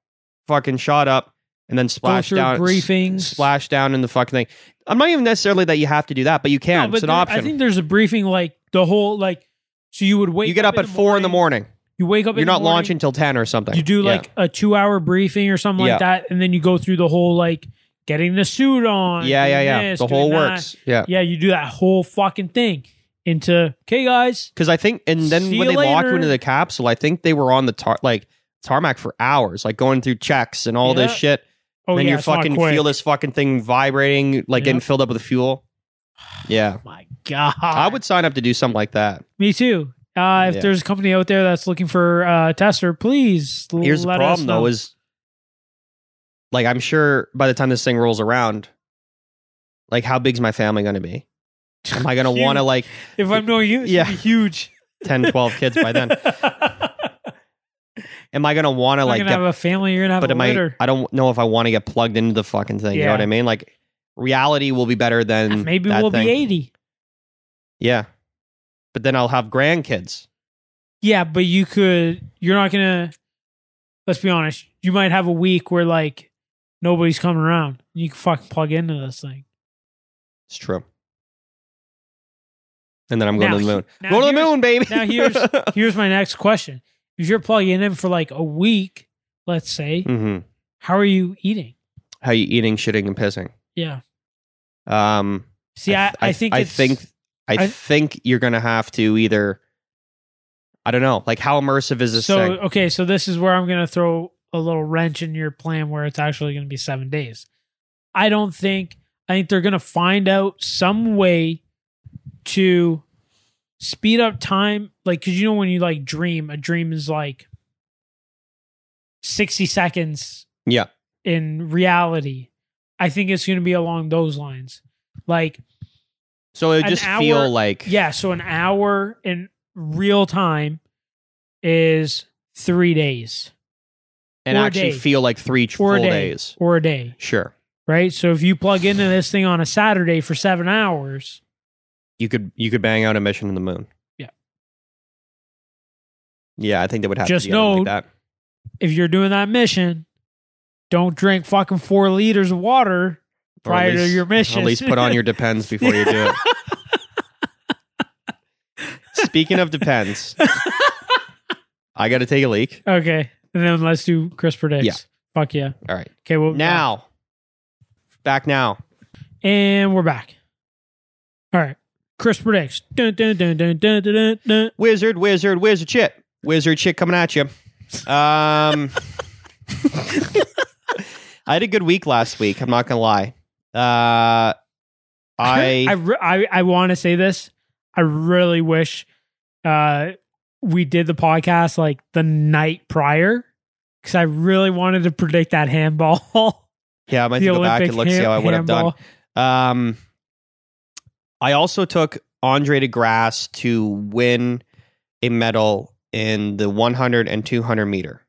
[SPEAKER 2] fucking shot up, and then
[SPEAKER 1] go
[SPEAKER 2] splashed
[SPEAKER 1] through
[SPEAKER 2] down,
[SPEAKER 1] briefings.
[SPEAKER 2] splashed down in the fucking thing. I'm not even necessarily that you have to do that, but you
[SPEAKER 1] No,
[SPEAKER 2] can.
[SPEAKER 1] but
[SPEAKER 2] it's an
[SPEAKER 1] there-
[SPEAKER 2] option.
[SPEAKER 1] I think there's a briefing like the whole like. So you would wake.
[SPEAKER 2] you get up, at four in the morning.
[SPEAKER 1] You wake up.
[SPEAKER 2] You're
[SPEAKER 1] in the
[SPEAKER 2] not
[SPEAKER 1] morning,
[SPEAKER 2] launching till ten or something.
[SPEAKER 1] You do
[SPEAKER 2] Yeah.
[SPEAKER 1] like a two hour briefing or something
[SPEAKER 2] Yeah.
[SPEAKER 1] like that, and then you go through the whole like getting the suit on.
[SPEAKER 2] Yeah, yeah,
[SPEAKER 1] doing
[SPEAKER 2] yeah.
[SPEAKER 1] this,
[SPEAKER 2] The
[SPEAKER 1] doing
[SPEAKER 2] whole
[SPEAKER 1] that.
[SPEAKER 2] works. Yeah.
[SPEAKER 1] Yeah, you do that whole fucking thing into okay, guys.
[SPEAKER 2] Because I think, and then
[SPEAKER 1] See
[SPEAKER 2] when
[SPEAKER 1] you
[SPEAKER 2] they locked you
[SPEAKER 1] later.
[SPEAKER 2] into the capsule, I think they were on the tar- like tarmac for hours, like going through checks and all this
[SPEAKER 1] Yeah.
[SPEAKER 2] shit.
[SPEAKER 1] Oh
[SPEAKER 2] then
[SPEAKER 1] yeah,
[SPEAKER 2] you
[SPEAKER 1] it's not
[SPEAKER 2] fucking
[SPEAKER 1] quick.
[SPEAKER 2] feel this fucking thing vibrating, like
[SPEAKER 1] Yeah.
[SPEAKER 2] getting filled up with
[SPEAKER 1] (sighs)
[SPEAKER 2] fuel. Yeah.
[SPEAKER 1] Oh my god,
[SPEAKER 2] I would sign up to do something like that.
[SPEAKER 1] Me too. Uh, if
[SPEAKER 2] Yeah.
[SPEAKER 1] there's a company out there that's looking for uh, a tester, please. l-
[SPEAKER 2] Here's
[SPEAKER 1] let
[SPEAKER 2] the
[SPEAKER 1] us
[SPEAKER 2] problem
[SPEAKER 1] know.
[SPEAKER 2] though is like I'm sure by the time this thing rolls around, like how big's my family going to be? Am I
[SPEAKER 1] (laughs)
[SPEAKER 2] going to
[SPEAKER 1] Huge.
[SPEAKER 2] want to like
[SPEAKER 1] if I'm knowing you,
[SPEAKER 2] Yeah.
[SPEAKER 1] yeah, huge
[SPEAKER 2] 10, 12 kids
[SPEAKER 1] (laughs)
[SPEAKER 2] by then? Am I going to want to
[SPEAKER 1] you're
[SPEAKER 2] like
[SPEAKER 1] gonna
[SPEAKER 2] get
[SPEAKER 1] have a family. You're gonna have
[SPEAKER 2] but
[SPEAKER 1] a
[SPEAKER 2] am I,
[SPEAKER 1] litter.
[SPEAKER 2] I don't know if I want to get plugged into the fucking thing. You know
[SPEAKER 1] Yeah.
[SPEAKER 2] what I mean? Like reality will be better than
[SPEAKER 1] Maybe
[SPEAKER 2] that
[SPEAKER 1] we'll
[SPEAKER 2] thing.
[SPEAKER 1] be eighty.
[SPEAKER 2] Yeah, but then I'll have grandkids.
[SPEAKER 1] Yeah, but you could. You're not gonna. Let's be honest. You might have a week where like nobody's coming around. You can fucking plug into this thing.
[SPEAKER 2] It's true. And then I'm going
[SPEAKER 1] Now
[SPEAKER 2] to the
[SPEAKER 1] he-
[SPEAKER 2] moon.
[SPEAKER 1] now
[SPEAKER 2] Go to the
[SPEAKER 1] here's-
[SPEAKER 2] moon, baby.
[SPEAKER 1] Now
[SPEAKER 2] (laughs)
[SPEAKER 1] here's here's my next question. If you're plugging in for like a week, let's say,
[SPEAKER 2] Mhm.
[SPEAKER 1] how are you eating?
[SPEAKER 2] how you eating, shitting, and pissing.
[SPEAKER 1] Yeah.
[SPEAKER 2] Um,
[SPEAKER 1] See, I, I, think
[SPEAKER 2] I
[SPEAKER 1] it's,
[SPEAKER 2] think I,
[SPEAKER 1] I-
[SPEAKER 2] think you're gonna have to either. I don't know. Like, how immersive is this
[SPEAKER 1] so. uh,
[SPEAKER 2] thing?
[SPEAKER 1] Okay, so this is where I'm gonna throw a little wrench in your plan where it's actually going to be seven days. I don't think. I think they're going to find out some way to speed up time. Like, cause you know when you like dream, a dream is like sixty seconds.
[SPEAKER 2] Yeah.
[SPEAKER 1] In reality, I think it's going to be along those lines. Like,
[SPEAKER 2] So it
[SPEAKER 1] An
[SPEAKER 2] just
[SPEAKER 1] hour-
[SPEAKER 2] feel like
[SPEAKER 1] yeah. So an hour in real time is three days
[SPEAKER 2] and
[SPEAKER 1] or a
[SPEAKER 2] actually
[SPEAKER 1] day.
[SPEAKER 2] feel like three ch-
[SPEAKER 1] Or a
[SPEAKER 2] full
[SPEAKER 1] day.
[SPEAKER 2] days.
[SPEAKER 1] or a day.
[SPEAKER 2] Sure.
[SPEAKER 1] right? So if you plug into this thing on a Saturday for seven hours,
[SPEAKER 2] You could you could bang out a mission to the moon.
[SPEAKER 1] Yeah.
[SPEAKER 2] Yeah, I think that would have
[SPEAKER 1] Just
[SPEAKER 2] to be know,
[SPEAKER 1] know-
[SPEAKER 2] like that.
[SPEAKER 1] if you're doing that mission, don't drink fucking four liters of water
[SPEAKER 2] Or at
[SPEAKER 1] prior to
[SPEAKER 2] least-
[SPEAKER 1] your mission.
[SPEAKER 2] At least put on your depends before you do it.
[SPEAKER 1] (laughs)
[SPEAKER 2] Speaking of depends, I got to take a leak.
[SPEAKER 1] (laughs) okay, and then let's do Chris predicts. Fuck yeah.
[SPEAKER 2] All right.
[SPEAKER 1] Okay, well
[SPEAKER 2] Now, back now.
[SPEAKER 1] and we're back. All right, Chris predicts. Dun, dun, dun, dun, dun, dun, dun, dun.
[SPEAKER 2] Wizard, wizard, wizard shit. Wizard shit coming at you.
[SPEAKER 1] (laughs)
[SPEAKER 2] Um, I had a good week last week. I'm not going to lie. Uh, I,
[SPEAKER 1] (laughs) I re- I, I want to say this. I really wish uh, we did the podcast like the night prior because I really wanted to predict that handball. (laughs)
[SPEAKER 2] yeah, I might have
[SPEAKER 1] the
[SPEAKER 2] to go back
[SPEAKER 1] Olympic
[SPEAKER 2] and look see
[SPEAKER 1] hand-
[SPEAKER 2] how I would have done.
[SPEAKER 1] handball.
[SPEAKER 2] Um, I also took Andre DeGrasse to win a medal in the 100 and 200 meter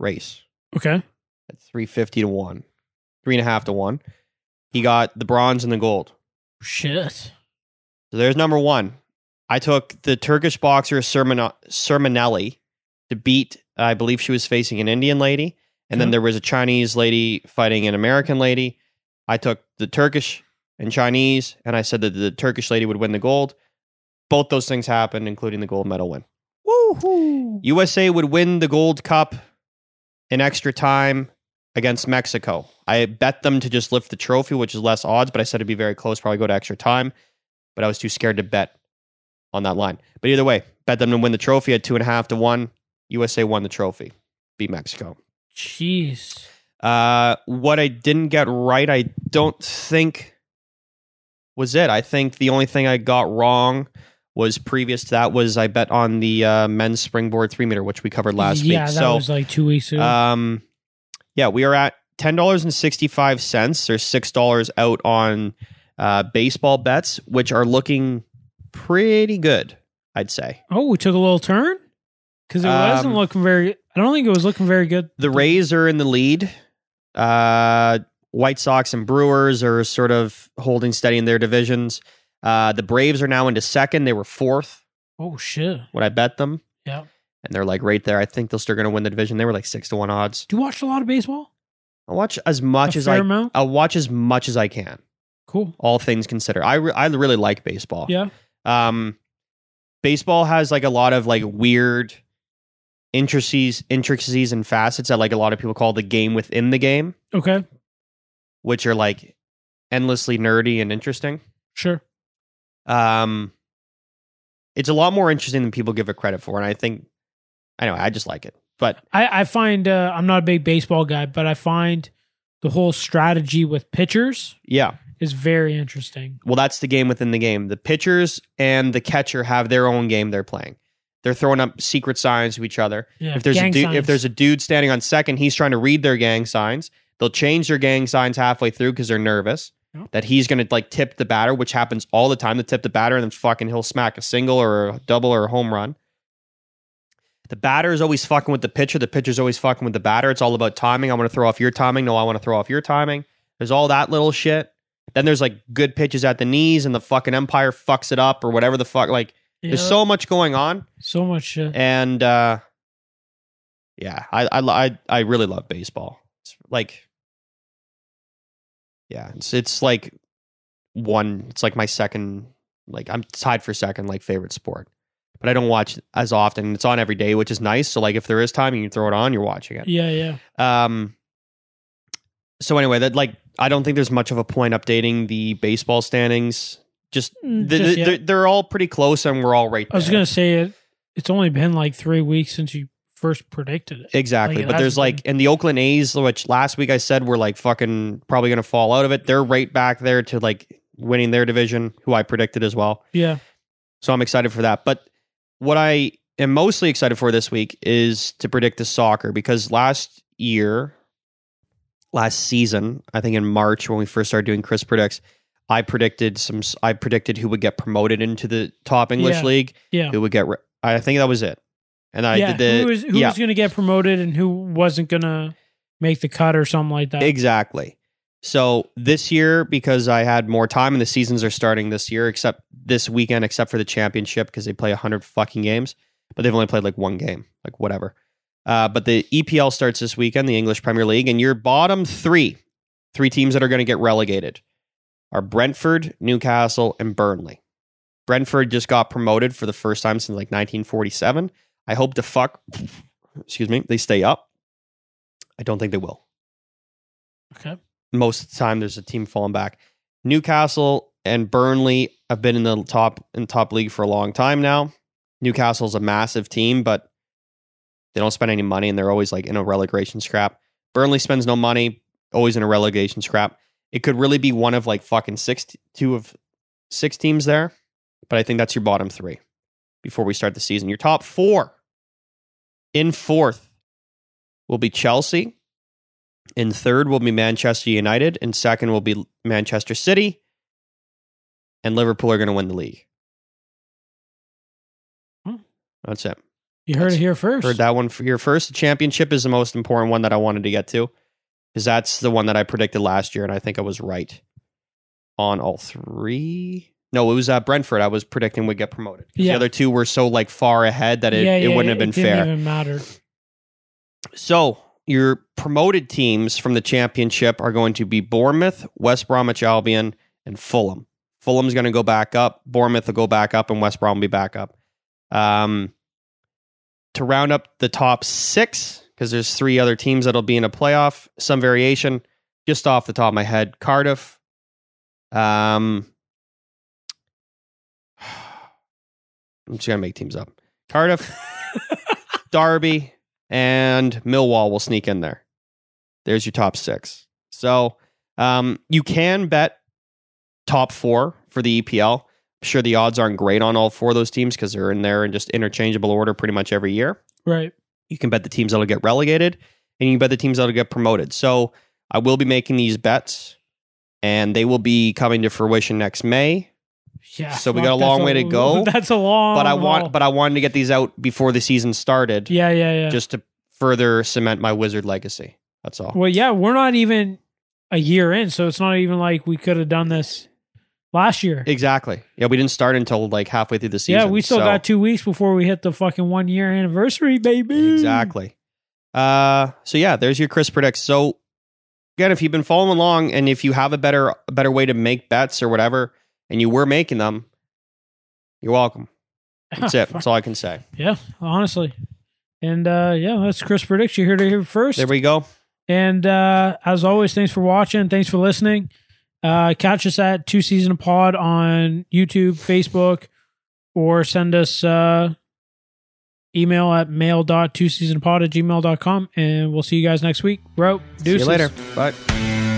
[SPEAKER 2] race.
[SPEAKER 1] Okay.
[SPEAKER 2] at 350 to 1, three and a half to 1. He got the bronze and the gold.
[SPEAKER 1] Shit.
[SPEAKER 2] So there's number one. I took the Turkish boxer Sermon- Sermonelli to beat, I believe she was facing an Indian lady. And then
[SPEAKER 1] Mhm.
[SPEAKER 2] there was a Chinese lady fighting an American lady. I took the Turkish and Chinese, and I said that the Turkish lady would win the gold. Both those things happened, including the gold medal win.
[SPEAKER 1] Woohoo.
[SPEAKER 2] USA would win the Gold Cup in extra time against Mexico. I bet them to just lift the trophy, which is less odds, but I said it'd be very close, probably go to extra time. But I was too scared to bet on that line. But either way, bet them to win the trophy at two and a half to one. USA won the trophy, beat Mexico.
[SPEAKER 1] Jeez.
[SPEAKER 2] Uh, what I didn't get right, I don't think was it. I think the only thing I got wrong was previous to that was I bet on the uh, men's springboard three meter, which we covered last
[SPEAKER 1] yeah,
[SPEAKER 2] week.
[SPEAKER 1] that
[SPEAKER 2] So,
[SPEAKER 1] was like two weeks ago.
[SPEAKER 2] um, yeah, we are at ten dollars and sixty five cents. There's six dollars out on uh, baseball bets, which are looking pretty good. I'd say.
[SPEAKER 1] oh, we took a little turn because it wasn't
[SPEAKER 2] um,
[SPEAKER 1] looking very. I don't think it was looking very good.
[SPEAKER 2] the Rays are in the lead. Uh, White Sox and Brewers are sort of holding steady in their divisions. Uh, the Braves are now into second. They were fourth
[SPEAKER 1] Oh shit. Do
[SPEAKER 2] when I bet them.
[SPEAKER 1] Yeah.
[SPEAKER 2] And they're like right there. I think they're still going to win the division. They were like six to one odds.
[SPEAKER 1] you watch a lot of baseball?
[SPEAKER 2] I watch as much
[SPEAKER 1] a
[SPEAKER 2] as
[SPEAKER 1] fair
[SPEAKER 2] I.
[SPEAKER 1] amount.
[SPEAKER 2] I'll watch as much as I can.
[SPEAKER 1] Cool.
[SPEAKER 2] All things considered, I re- I really like baseball.
[SPEAKER 1] Yeah.
[SPEAKER 2] Um, baseball has like a lot of like weird intricacies, intricacies and facets that like a lot of people call the game within the game.
[SPEAKER 1] Okay.
[SPEAKER 2] which are like endlessly nerdy and interesting.
[SPEAKER 1] Sure.
[SPEAKER 2] Um, it's a lot more interesting than people give it credit for, and I think, anyway, I just like it. But
[SPEAKER 1] I, I find uh, I'm not a big baseball guy, but I find the whole strategy with pitchers
[SPEAKER 2] yeah,
[SPEAKER 1] is very interesting.
[SPEAKER 2] well, that's the game within the game. The pitchers and the catcher have their own game they're playing. They're throwing up secret signs to each other.
[SPEAKER 1] Yeah,
[SPEAKER 2] If there's a
[SPEAKER 1] gang
[SPEAKER 2] dude,
[SPEAKER 1] signs.
[SPEAKER 2] if there's a dude standing on second, he's trying to read their gang signs. They'll change their gang signs halfway through because they're nervous
[SPEAKER 1] Yep.
[SPEAKER 2] that he's going to like tip the batter, which happens all the time. To tip the batter, and then fucking he'll smack a single or a double or a home run. The batter is always fucking with the pitcher. The pitcher's always fucking with the batter. It's all about timing. I want to throw off your timing. No, I want to throw off your timing. There's all that little shit. Then there's like good pitches at the knees, and the fucking umpire fucks it up or whatever the fuck. Like
[SPEAKER 1] Yeah,
[SPEAKER 2] there's so much going on
[SPEAKER 1] so much shit.
[SPEAKER 2] and uh yeah i i lo- i, I really love baseball it's like yeah it's it's like one it's like my second like i'm tied for second like favorite sport but i don't watch as often it's on every day which is nice so like if there is time you can throw it on you're watching it
[SPEAKER 1] Yeah, yeah.
[SPEAKER 2] um so anyway that like i don't think there's much of a point updating the baseball standings just,
[SPEAKER 1] Mm,
[SPEAKER 2] the,
[SPEAKER 1] just yet.
[SPEAKER 2] they're, they're all pretty close and we're all right
[SPEAKER 1] I was
[SPEAKER 2] there.
[SPEAKER 1] gonna say it. It's only been like three weeks since you first predicted it.
[SPEAKER 2] Exactly.
[SPEAKER 1] Like, it
[SPEAKER 2] but there's
[SPEAKER 1] hasn't
[SPEAKER 2] like, and the Oakland A's, which last week I said were like fucking probably going to fall out of it, they're right back there to like winning their division, who I predicted as well.
[SPEAKER 1] Yeah.
[SPEAKER 2] So I'm excited for that. But what I am mostly excited for this week is to predict the soccer because last year, last season, I think in March when we first started doing Chris predicts, I predicted some. I predicted who would get promoted into the top English
[SPEAKER 1] Yeah.
[SPEAKER 2] league,
[SPEAKER 1] Yeah.
[SPEAKER 2] who would get. Re- I think that was it. And I
[SPEAKER 1] yeah.
[SPEAKER 2] did the
[SPEAKER 1] who was, who
[SPEAKER 2] yeah.
[SPEAKER 1] was going to get promoted and who wasn't going to make the cut or something like that.
[SPEAKER 2] Exactly. So this year, because I had more time and the seasons are starting this year, except this weekend, except for the championship, because they play 100 fucking games, but they've only played like one game, like whatever. Uh, but the EPL starts this weekend, the English Premier League, and your bottom three, three teams that are going to get relegated are Brentford, Newcastle, and Burnley. Brentford just got promoted for the first time since like 1947. I hope to fuck, excuse me, they stay up. I don't think they will
[SPEAKER 1] okay.
[SPEAKER 2] most of the time there's a team falling back. Newcastle and Burnley have been in the top in top league for a long time now. Newcastle's a massive team, but they don't spend any money and they're always like in a relegation scrap. Burnley spends no money, always in a relegation scrap. It could really be one of like fucking six two of six teams there, but I think that's your bottom three before we start the season. Your top four in fourth will be Chelsea. In third will be Manchester United, and second will be Manchester City. And Liverpool are going to win the league.
[SPEAKER 1] Hmm.
[SPEAKER 2] That's it.
[SPEAKER 1] You heard it
[SPEAKER 2] That's-
[SPEAKER 1] here first.
[SPEAKER 2] Heard that one for your first. The championship is the most important one that I wanted to get to because that's the one that I predicted last year, and I think I was right on all three. No, it was uh, Brentford. I was predicting would get promoted. 'Cause
[SPEAKER 1] Yeah.
[SPEAKER 2] The other two were so like far ahead that it,
[SPEAKER 1] yeah,
[SPEAKER 2] it
[SPEAKER 1] yeah,
[SPEAKER 2] wouldn't
[SPEAKER 1] yeah,
[SPEAKER 2] have been
[SPEAKER 1] it didn't
[SPEAKER 2] fair.
[SPEAKER 1] even matter.
[SPEAKER 2] So your promoted teams from the championship are going to be Bournemouth, West Bromwich Albion, and Fulham. Fulham's going to go back up. Bournemouth will go back up, and West Brom will be back up. Um, to round up the top six, because there's three other teams that'll be in a playoff, some variation. Just off the top of my head, Cardiff. Um, (sighs) I'm just gonna make teams up. Cardiff, Derby, and Millwall will sneak in there. There's your top six. So um, you can bet top four for the EPL. I'm sure the odds aren't great on all four of those teams because they're in there in just interchangeable order pretty much every year.
[SPEAKER 1] Right.
[SPEAKER 2] You can bet the teams that'll get relegated, and you can bet the teams that'll get promoted. So I will be making these bets, and they will be coming to fruition next May.
[SPEAKER 1] Yeah.
[SPEAKER 2] So we
[SPEAKER 1] fuck,
[SPEAKER 2] got a
[SPEAKER 1] that's
[SPEAKER 2] long way to
[SPEAKER 1] (laughs)
[SPEAKER 2] go,
[SPEAKER 1] That's a long
[SPEAKER 2] but I
[SPEAKER 1] haul.
[SPEAKER 2] want, but I wanted to get these out before the season started,
[SPEAKER 1] Oh. Yeah, yeah, yeah.
[SPEAKER 2] just to further cement my wizard legacy. That's all.
[SPEAKER 1] Well, yeah, we're not even a year in, so it's not even like we could have done this last year.
[SPEAKER 2] Exactly. Yeah, we didn't start until like halfway through the season.
[SPEAKER 1] yeah, we still
[SPEAKER 2] so-
[SPEAKER 1] got two weeks before we hit the fucking one year anniversary, baby. (laughs)
[SPEAKER 2] exactly. Uh, so yeah, there's your Chris predicts. So again, if you've been following along, and if you have a better a better way to make bets or whatever, and you were making them, you're welcome.
[SPEAKER 1] (laughs)
[SPEAKER 2] That's it. That's all I can say.
[SPEAKER 1] yeah, honestly. And uh, yeah, that's Chris Predicts. You heard it here first.
[SPEAKER 2] There we go.
[SPEAKER 1] And uh, as always, thanks for watching. Thanks for listening. Uh, catch us at Two Season Pod on YouTube, Facebook, or send us uh, email at mail.twoseasonpod at gmail.com. And we'll see you guys next week. Bro,
[SPEAKER 2] See you
[SPEAKER 1] deuces.
[SPEAKER 2] later. Bye.